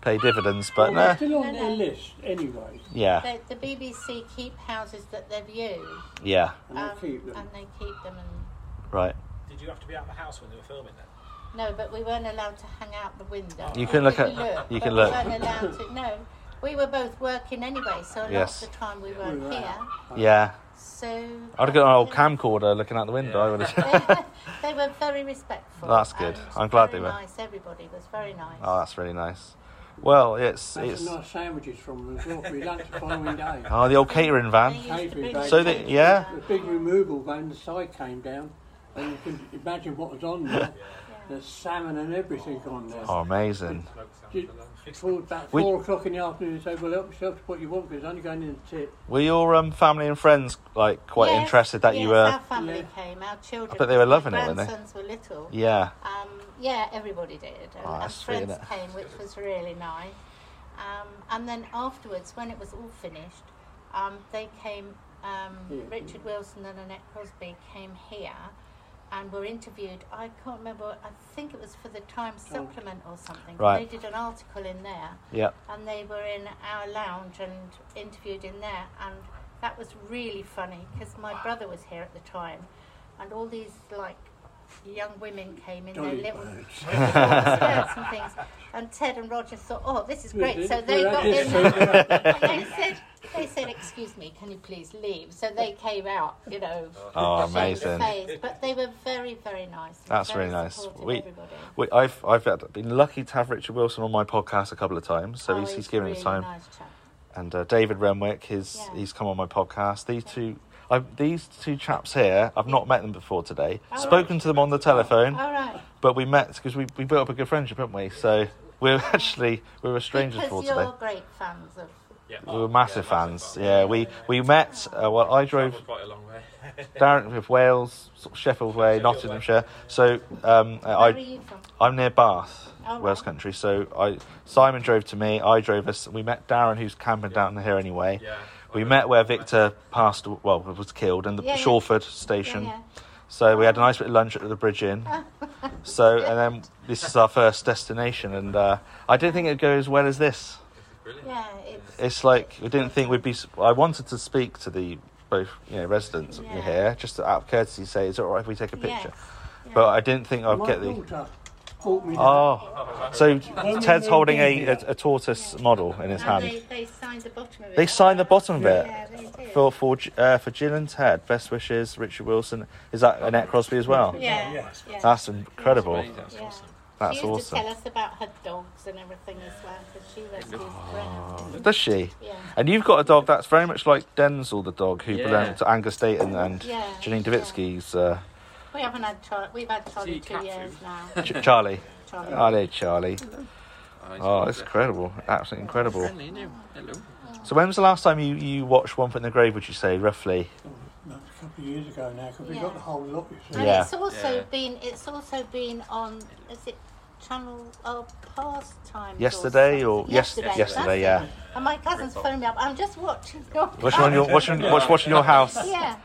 [SPEAKER 2] pay dividends, but
[SPEAKER 7] Oh,
[SPEAKER 8] Well, they're
[SPEAKER 2] no.
[SPEAKER 8] still on
[SPEAKER 7] No,
[SPEAKER 8] their
[SPEAKER 7] no.
[SPEAKER 8] list anyway,
[SPEAKER 2] Yeah,
[SPEAKER 7] The, the BBC keep houses that they view.
[SPEAKER 2] yeah,
[SPEAKER 8] and they keep them.
[SPEAKER 7] Um, and they keep them and
[SPEAKER 2] right.
[SPEAKER 4] Did you have to be out of the house when they were filming then?
[SPEAKER 7] no but we weren't allowed to hang out the window
[SPEAKER 2] You can look
[SPEAKER 7] We
[SPEAKER 2] at-
[SPEAKER 7] looked,
[SPEAKER 2] you
[SPEAKER 7] but
[SPEAKER 2] can
[SPEAKER 7] we
[SPEAKER 2] look.
[SPEAKER 7] weren't allowed to no we were both working anyway so a
[SPEAKER 2] Yes.
[SPEAKER 7] lot of the time we weren't
[SPEAKER 8] were
[SPEAKER 7] here
[SPEAKER 8] out.
[SPEAKER 2] Yeah,
[SPEAKER 7] so
[SPEAKER 2] I'd have got an old camcorder looking out the window. I would
[SPEAKER 7] they,
[SPEAKER 2] have.
[SPEAKER 7] they were very respectful
[SPEAKER 2] That's good.
[SPEAKER 7] and
[SPEAKER 2] I'm glad
[SPEAKER 7] very
[SPEAKER 2] they were.
[SPEAKER 7] nice everybody was very nice
[SPEAKER 2] oh, that's really nice. Well, it's
[SPEAKER 8] Had
[SPEAKER 2] it's
[SPEAKER 8] some nice sandwiches from them as well for your lunch the following day.
[SPEAKER 2] oh the old catering
[SPEAKER 7] They
[SPEAKER 2] van.
[SPEAKER 7] used to
[SPEAKER 8] Catering
[SPEAKER 7] bring
[SPEAKER 8] van.
[SPEAKER 2] So they-
[SPEAKER 7] catering
[SPEAKER 2] yeah.
[SPEAKER 8] The
[SPEAKER 7] van.
[SPEAKER 8] big removal van, the side came down, and you can imagine what was on there. There's salmon and everything on there.
[SPEAKER 2] Oh, amazing.
[SPEAKER 8] You- Before about
[SPEAKER 2] We-
[SPEAKER 8] four o'clock in the afternoon, you say, "Well, help yourself to what you want because it's only going in the tip."
[SPEAKER 2] Were your um, family and friends like quite
[SPEAKER 7] Yes,
[SPEAKER 2] interested that you
[SPEAKER 7] yes,
[SPEAKER 2] were?
[SPEAKER 7] our family
[SPEAKER 8] Yeah.
[SPEAKER 7] came our children
[SPEAKER 2] bet they were
[SPEAKER 7] my
[SPEAKER 2] loving it, weren't they?
[SPEAKER 7] grandsons were little
[SPEAKER 2] Yeah,
[SPEAKER 7] Um, yeah, everybody did. And,
[SPEAKER 2] Oh,
[SPEAKER 7] and
[SPEAKER 2] that's sweet,
[SPEAKER 7] friends
[SPEAKER 2] innit?
[SPEAKER 7] came, which was really nice. Um, and then afterwards, when it was all finished, um, they came, um,
[SPEAKER 8] Yeah.
[SPEAKER 7] Richard Wilson and Annette Crosby came here and were interviewed. I can't remember, I think it was for the Times supplement or something.
[SPEAKER 2] Right.
[SPEAKER 7] They did an article in there
[SPEAKER 2] yeah.
[SPEAKER 7] and they were in our lounge and interviewed in there and that was really funny because my brother was here at the time and all these like young women came in
[SPEAKER 8] Dolly
[SPEAKER 7] their little
[SPEAKER 8] birds.
[SPEAKER 7] skirts and things and ted and roger thought oh this is great so they
[SPEAKER 8] Well, that
[SPEAKER 7] got
[SPEAKER 8] is
[SPEAKER 7] in
[SPEAKER 8] so
[SPEAKER 7] there
[SPEAKER 8] good.
[SPEAKER 7] and they said they said excuse me can you please leave so they came out you know
[SPEAKER 2] Oh,
[SPEAKER 7] ashamed of
[SPEAKER 2] amazing.
[SPEAKER 7] face, but they were very very nice and
[SPEAKER 2] That's
[SPEAKER 7] very
[SPEAKER 2] really nice.
[SPEAKER 7] supportive,
[SPEAKER 2] We-
[SPEAKER 7] everybody.
[SPEAKER 2] We, I've I've had- been lucky to have Richard Wilson on my podcast a couple of times, so
[SPEAKER 7] Oh,
[SPEAKER 2] he's, he's given
[SPEAKER 7] really
[SPEAKER 2] his time.
[SPEAKER 7] nice chap.
[SPEAKER 2] And uh, David Renwick, his
[SPEAKER 7] Yeah.
[SPEAKER 2] he's come on my podcast. These two, I, these two chaps here, I've not met them before
[SPEAKER 7] Oh,
[SPEAKER 2] today. Spoken to them on the telephone,
[SPEAKER 7] all right
[SPEAKER 2] but we met because we, we built up a good friendship, haven't we? So we're actually we were strangers for
[SPEAKER 7] because you're
[SPEAKER 2] today.
[SPEAKER 7] great fans of.
[SPEAKER 2] We were massive fans. Yeah, we we met. Uh, well, I drove
[SPEAKER 6] Travelled quite a long way.
[SPEAKER 2] down with Wales, sort of Sheffield way, Nottinghamshire. So um,
[SPEAKER 7] Where are
[SPEAKER 2] I
[SPEAKER 7] you from?
[SPEAKER 2] I'm near Bath,
[SPEAKER 7] Oh,
[SPEAKER 2] Wales
[SPEAKER 7] right.
[SPEAKER 2] country. So I Simon drove to me. I drove us. We met Darren, who's camping down here anyway.
[SPEAKER 6] Yeah.
[SPEAKER 2] We met where Victor passed. Well, was killed in the
[SPEAKER 7] Yeah, yeah.
[SPEAKER 2] Shawford station.
[SPEAKER 7] Yeah,
[SPEAKER 2] So we had a nice bit of lunch at the Bridge Inn. so and then this is our first destination, and uh, I didn't think it'd go as well as this
[SPEAKER 7] yeah, yeah. It's
[SPEAKER 2] it's like we didn't think we'd be. s- I wanted to speak to the both you know residents
[SPEAKER 7] Yeah.
[SPEAKER 2] here, just to, out of courtesy, say is it alright if we take a picture?
[SPEAKER 7] yes,
[SPEAKER 2] But I didn't think I'd
[SPEAKER 8] My
[SPEAKER 2] get the.
[SPEAKER 8] daughter bought me that.
[SPEAKER 2] Oh, so
[SPEAKER 8] we
[SPEAKER 2] Ted's
[SPEAKER 8] moved
[SPEAKER 2] holding
[SPEAKER 8] in
[SPEAKER 2] a, a,
[SPEAKER 8] here-
[SPEAKER 2] a tortoise model in his hand.
[SPEAKER 7] And They, they signed the bottom of it.
[SPEAKER 2] They signed the bottom of it
[SPEAKER 7] Yeah, they did.
[SPEAKER 2] for for G- uh, for Jill and Ted. Best wishes, Richard Wilson. Is that Annette Crosby as well?
[SPEAKER 7] Yeah, yeah.
[SPEAKER 2] That's incredible.
[SPEAKER 7] yeah.
[SPEAKER 2] That's
[SPEAKER 7] she used
[SPEAKER 2] awesome.
[SPEAKER 7] to tell us about her dogs and everything as well because she rescues
[SPEAKER 2] Ah.
[SPEAKER 7] Brent.
[SPEAKER 2] Does she?
[SPEAKER 7] Yeah.
[SPEAKER 2] And you've got a dog that's very much like Denzel, the dog who
[SPEAKER 6] Yeah.
[SPEAKER 2] belonged to Angus Dayton and
[SPEAKER 7] Yeah,
[SPEAKER 2] Janine
[SPEAKER 7] yeah.
[SPEAKER 2] Davitsky's uh,
[SPEAKER 7] We haven't had Charlie. We've had Charlie
[SPEAKER 6] eat
[SPEAKER 7] two
[SPEAKER 6] cat
[SPEAKER 7] years
[SPEAKER 6] food.
[SPEAKER 7] now.
[SPEAKER 2] Ch- Charlie.
[SPEAKER 7] Charlie.
[SPEAKER 2] Oh, there, Charlie. Oh, it's
[SPEAKER 6] good.
[SPEAKER 2] incredible. Absolutely incredible.
[SPEAKER 6] Hello.
[SPEAKER 2] So, when was the last time you, you watched One Foot in the Grave, would you say, roughly?
[SPEAKER 8] No, it's a couple of years ago now, 'cause we
[SPEAKER 7] Yeah.
[SPEAKER 8] got the whole lot, you see.
[SPEAKER 7] And
[SPEAKER 2] Yeah.
[SPEAKER 7] it's also
[SPEAKER 6] Yeah.
[SPEAKER 7] been it's also been on is it channel oh pastime
[SPEAKER 2] Yesterday or? Yes,
[SPEAKER 7] yesterday
[SPEAKER 2] yesterday, yeah.
[SPEAKER 7] that's it. And my cousin's phoned me up. I'm just watching your
[SPEAKER 2] Watching, on your, watching, watch, watching your house.
[SPEAKER 7] Yeah.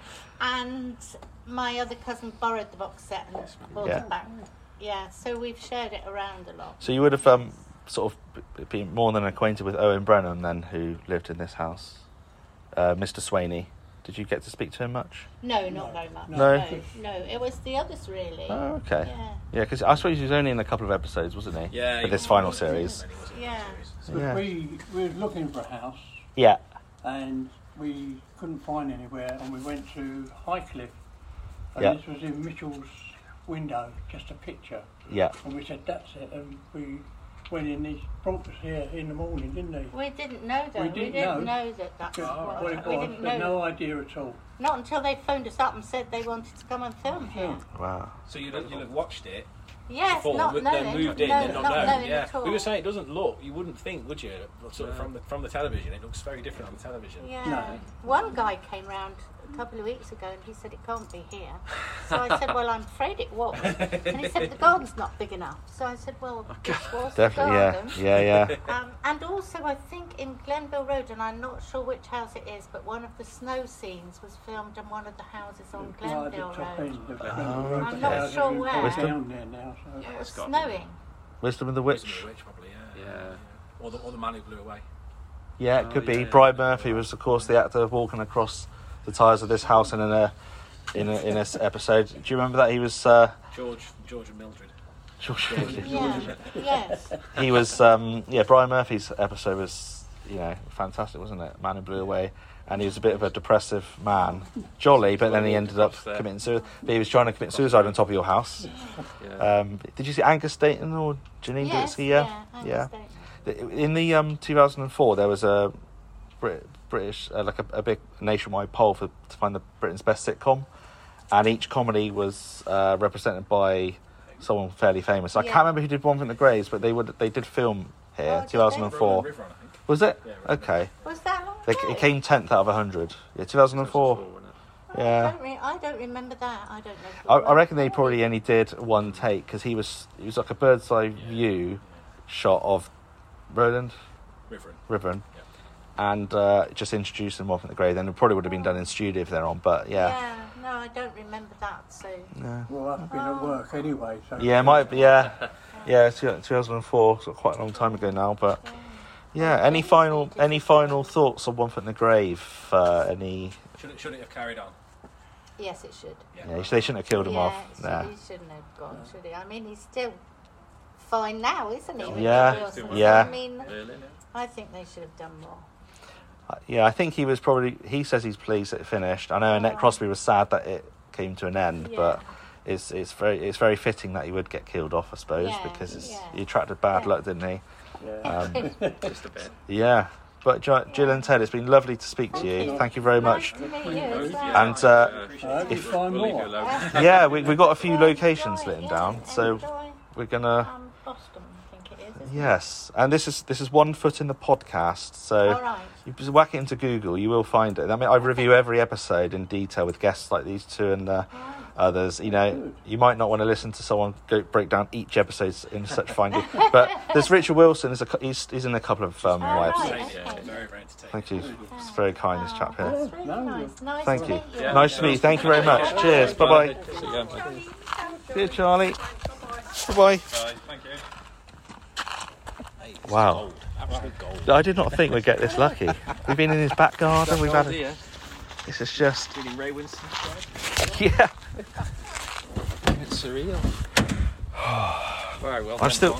[SPEAKER 7] And my other cousin borrowed the box set and brought
[SPEAKER 2] Yeah.
[SPEAKER 7] it back. Yeah, so we've shared it around a lot.
[SPEAKER 2] So, you would have um, sort of b- been more than acquainted with Owen Brennan, then, who lived in this house. Uh, Mr. Swaney. Did you get to speak to him much?
[SPEAKER 7] No, not very much.
[SPEAKER 2] No.
[SPEAKER 7] no, no. It was the others really.
[SPEAKER 2] Oh, okay.
[SPEAKER 7] Yeah.
[SPEAKER 2] Yeah, because I suppose he was only in a couple of episodes, wasn't he?
[SPEAKER 5] Yeah,
[SPEAKER 2] For
[SPEAKER 5] he
[SPEAKER 2] this
[SPEAKER 5] was.
[SPEAKER 2] final series.
[SPEAKER 7] Yeah.
[SPEAKER 8] But
[SPEAKER 2] Yeah.
[SPEAKER 8] we, we were looking for a house
[SPEAKER 2] Yeah.
[SPEAKER 8] and we couldn't find anywhere and we went to Highcliffe and
[SPEAKER 2] Yeah.
[SPEAKER 8] this was in Mitchell's window, just a picture.
[SPEAKER 2] Yeah.
[SPEAKER 8] And we said, that's it. And we went in, he brought us here in the morning, didn't he?
[SPEAKER 7] We didn't know though.
[SPEAKER 8] We
[SPEAKER 7] We
[SPEAKER 8] didn't
[SPEAKER 7] didn't,
[SPEAKER 8] know.
[SPEAKER 7] know. that that
[SPEAKER 8] Just
[SPEAKER 7] was.
[SPEAKER 8] what it
[SPEAKER 7] we
[SPEAKER 8] was,
[SPEAKER 7] didn't
[SPEAKER 8] but
[SPEAKER 7] know.
[SPEAKER 8] no idea at all.
[SPEAKER 7] Not until they phoned us up and said they wanted to come and film here.
[SPEAKER 2] Wow.
[SPEAKER 5] So you'd have, you'd have watched it
[SPEAKER 7] Yes,
[SPEAKER 5] before,
[SPEAKER 7] not
[SPEAKER 5] but
[SPEAKER 7] knowing.
[SPEAKER 5] then moved in,
[SPEAKER 7] no,
[SPEAKER 5] then not,
[SPEAKER 7] knowing,
[SPEAKER 5] known. yeah.
[SPEAKER 7] at all.
[SPEAKER 5] We were saying it doesn't look. You wouldn't think, would you? Sort of from the from the television, it looks very different on the television.
[SPEAKER 7] Yeah.
[SPEAKER 8] No.
[SPEAKER 7] One guy came round a couple of weeks ago and he said it can't be here. So I said, well, I'm afraid it was. And he said the garden's not big enough. So I said, well,
[SPEAKER 5] Oh,
[SPEAKER 7] it was
[SPEAKER 2] Definitely,
[SPEAKER 7] the
[SPEAKER 2] yeah.
[SPEAKER 7] garden.
[SPEAKER 2] Yeah, yeah.
[SPEAKER 7] Um, and also, I think in Glenville Road, and I'm not sure which house it is, but one of the snow scenes was filmed in one of the houses on
[SPEAKER 8] Right at the
[SPEAKER 7] Glenville
[SPEAKER 8] top
[SPEAKER 7] Road.
[SPEAKER 8] end of
[SPEAKER 2] Uh-huh.
[SPEAKER 8] the road,
[SPEAKER 2] okay.
[SPEAKER 8] but
[SPEAKER 7] I'm not
[SPEAKER 8] now
[SPEAKER 7] sure
[SPEAKER 8] they've
[SPEAKER 7] where.
[SPEAKER 8] gone
[SPEAKER 2] Wisdom?
[SPEAKER 8] down there now, so-
[SPEAKER 7] It was
[SPEAKER 6] It's got-
[SPEAKER 7] snowing.
[SPEAKER 2] Wisdom of the Witch.
[SPEAKER 5] Isn't it, Which probably, yeah.
[SPEAKER 6] Yeah.
[SPEAKER 5] Or the, or the man who blew away.
[SPEAKER 2] Yeah, it could
[SPEAKER 6] Oh,
[SPEAKER 2] be.
[SPEAKER 6] yeah.
[SPEAKER 2] Brian Murphy was, of course, the actor walking across the tires of this house in a in a, in a s- episode. Do you remember that he was? Uh,
[SPEAKER 5] George, George and Mildred.
[SPEAKER 2] George-
[SPEAKER 7] Yeah. yes.
[SPEAKER 2] he was. Um, yeah, Brian Murphy's episode was, you know, fantastic, wasn't it? Man who blew away, and he was a bit of a depressive man, jolly, but then he ended up
[SPEAKER 6] Across there.
[SPEAKER 2] committing suicide. But he was trying to commit suicide on top of your house.
[SPEAKER 6] Yeah.
[SPEAKER 2] Um, did you see Angus Dayton or Janine
[SPEAKER 7] yes.
[SPEAKER 2] Ditsky?
[SPEAKER 7] Yeah. I
[SPEAKER 2] yeah.
[SPEAKER 7] understand.
[SPEAKER 2] In the um, 2004, there was a Brit- British, uh, like a, a big nationwide poll for to find the Britain's best sitcom, and each comedy was uh, represented by someone fairly famous. I
[SPEAKER 7] Yeah.
[SPEAKER 2] can't remember who did One from the Graves, but they would they did film
[SPEAKER 7] Oh,
[SPEAKER 2] here,
[SPEAKER 7] did they?
[SPEAKER 2] 2004.
[SPEAKER 5] River, I think.
[SPEAKER 2] Was it?
[SPEAKER 5] Yeah, Roman
[SPEAKER 2] okay.
[SPEAKER 7] Was that long
[SPEAKER 2] They,
[SPEAKER 7] ago?
[SPEAKER 2] it came 10th out of 100. Yeah, 2004.
[SPEAKER 7] I
[SPEAKER 2] Yeah.
[SPEAKER 7] don't, re- I don't remember that. I don't know. if it
[SPEAKER 2] I,
[SPEAKER 7] was.
[SPEAKER 2] I reckon they probably only did one take because he was it was like a bird's eye view shot of Roland
[SPEAKER 5] River.
[SPEAKER 2] Ribbon. And uh, just introduce them off in the grave. Then it probably would have been done in studio if they're on, but yeah.
[SPEAKER 7] Yeah. No, I don't remember that. So.
[SPEAKER 2] Yeah,
[SPEAKER 8] Well, I've been
[SPEAKER 7] Oh.
[SPEAKER 8] at work anyway, so.
[SPEAKER 2] yeah it might be, yeah. Yeah, it's 2004, so quite a long time ago now, but yeah. Any final any final thoughts on One Foot in the Grave? Uh, any,
[SPEAKER 5] Should it, should it have carried on?
[SPEAKER 7] Yes, it should.
[SPEAKER 2] yeah, they shouldn't have killed him
[SPEAKER 7] yeah,
[SPEAKER 2] off.
[SPEAKER 7] so
[SPEAKER 2] Nah.
[SPEAKER 7] he shouldn't have gone, should he? I mean, he's still fine now, isn't he? Richard
[SPEAKER 2] Yeah,
[SPEAKER 7] Wilson? So,
[SPEAKER 2] yeah.
[SPEAKER 7] I mean,
[SPEAKER 6] Really?
[SPEAKER 7] I think they should have done more.
[SPEAKER 2] Uh, Yeah, I think he was probably, he says he's pleased that it finished. I know Annette Crosby was sad that it came to an end, Mm,
[SPEAKER 7] Yeah.
[SPEAKER 2] but. It's, it's very it's very fitting that he would get killed off, I suppose,
[SPEAKER 7] Yeah,
[SPEAKER 2] because it's,
[SPEAKER 7] yeah.
[SPEAKER 2] he attracted bad
[SPEAKER 7] Yeah.
[SPEAKER 2] luck, didn't he? um,
[SPEAKER 6] Just a bit.
[SPEAKER 2] Yeah. But Jo- Jill and Ted, it's been lovely to speak to
[SPEAKER 7] Thank
[SPEAKER 2] you.
[SPEAKER 7] you.
[SPEAKER 2] Thank you very much.
[SPEAKER 7] Nice to meet you as well.
[SPEAKER 2] And uh,
[SPEAKER 8] I hope you
[SPEAKER 2] If-
[SPEAKER 8] find
[SPEAKER 6] We'll leave you
[SPEAKER 8] more.
[SPEAKER 6] alone.
[SPEAKER 2] yeah, we we got a few
[SPEAKER 7] Enjoy,
[SPEAKER 2] locations
[SPEAKER 7] enjoy,
[SPEAKER 2] written
[SPEAKER 7] yeah,
[SPEAKER 2] down, so uh,
[SPEAKER 7] enjoy,
[SPEAKER 2] we're gonna
[SPEAKER 7] um, Boston, I think it is. Isn't
[SPEAKER 2] Yes, and this is this is one foot in the podcast. So
[SPEAKER 7] All right.
[SPEAKER 2] you just whack it into Google, you will find it. I mean, I review every episode in detail with guests like these two and uh, others. You know, you might not want to listen to someone go break down each episode in such fine detail. But there's Richard Wilson. Is a, cou- he's, he's in a couple of um,
[SPEAKER 7] All
[SPEAKER 2] my
[SPEAKER 7] right.
[SPEAKER 2] episodes.
[SPEAKER 7] okay.
[SPEAKER 4] Very, very entertaining.
[SPEAKER 2] Thank you. It's very kind, this chap here.
[SPEAKER 7] That's really nice. Nice
[SPEAKER 2] Thank
[SPEAKER 7] to
[SPEAKER 2] you.
[SPEAKER 7] meet you.
[SPEAKER 2] Nice to meet you. Thank you very much. Cheers. Bye bye.
[SPEAKER 6] See you again.
[SPEAKER 7] Charlie,
[SPEAKER 2] See you, Charlie. Bye bye.
[SPEAKER 5] Guys, thank you.
[SPEAKER 2] Wow.
[SPEAKER 4] Absolute gold.
[SPEAKER 2] I did not think we'd get this lucky. We've been in his back garden. We've had. A,
[SPEAKER 6] idea.
[SPEAKER 2] this is just.
[SPEAKER 6] Reading Ray Winston's drive.
[SPEAKER 2] Yeah.
[SPEAKER 6] It's surreal. Very well.
[SPEAKER 2] I'm still.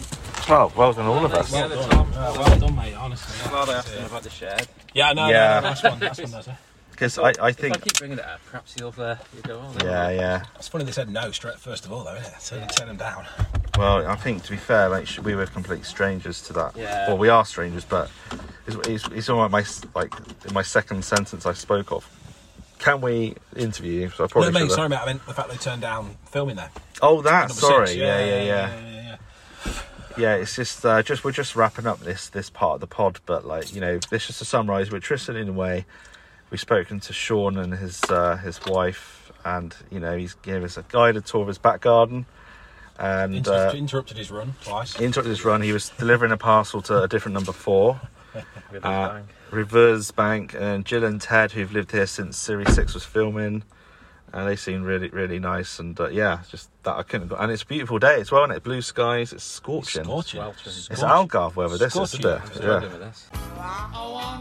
[SPEAKER 2] Well, well done, all of us.
[SPEAKER 6] Yeah, the Tom.
[SPEAKER 4] Well done, mate. Honestly.
[SPEAKER 6] Glad I asked him about the shed.
[SPEAKER 4] Yeah, no,
[SPEAKER 2] Yeah.
[SPEAKER 4] yeah. no, that's one. That's one. That's,
[SPEAKER 2] Because I, I
[SPEAKER 6] If I
[SPEAKER 2] think.
[SPEAKER 6] keep bringing it up, perhaps he'll uh, he'll go on.
[SPEAKER 2] Yeah, yeah.
[SPEAKER 4] that's funny they said no straight first of all, though, isn't it? So you turn them down.
[SPEAKER 2] Well, I think to be fair, like sh- we were complete strangers to that.
[SPEAKER 6] Yeah.
[SPEAKER 2] Well, we are strangers, but it's, it's, it's all right. My s- like in my second sentence I spoke of. Can we interview you? So I probably
[SPEAKER 4] no, mate,
[SPEAKER 2] should've-
[SPEAKER 4] sorry, mate. I meant the fact they turned down filming there.
[SPEAKER 2] Oh, that.
[SPEAKER 4] Number
[SPEAKER 2] Sorry.
[SPEAKER 4] six,
[SPEAKER 2] yeah, yeah, yeah,
[SPEAKER 4] yeah, yeah.
[SPEAKER 2] yeah. It's just uh, just we're just wrapping up this this part of the pod, but like you know, this just to summarise. We're Tristan in a way. We've spoken to Sean and his uh, his wife, and you know he's gave us a guided tour of his back garden. And
[SPEAKER 4] Inter-
[SPEAKER 2] uh,
[SPEAKER 4] interrupted his run twice.
[SPEAKER 2] interrupted his run. He was delivering a parcel to a different number four, uh, Reverse Bank, and Jill and Ted, who've lived here since Series Six was filming. And they seem really, really nice, and uh, yeah, just that I couldn't. Go- and it's a beautiful day as well, isn't it? Blue skies, it's scorching.
[SPEAKER 4] Scorching.
[SPEAKER 2] It's Algarve weather. This is
[SPEAKER 4] Scorching.
[SPEAKER 2] a bit.
[SPEAKER 6] I'm
[SPEAKER 2] Yeah.
[SPEAKER 6] struggling with this.
[SPEAKER 9] Wow, wow,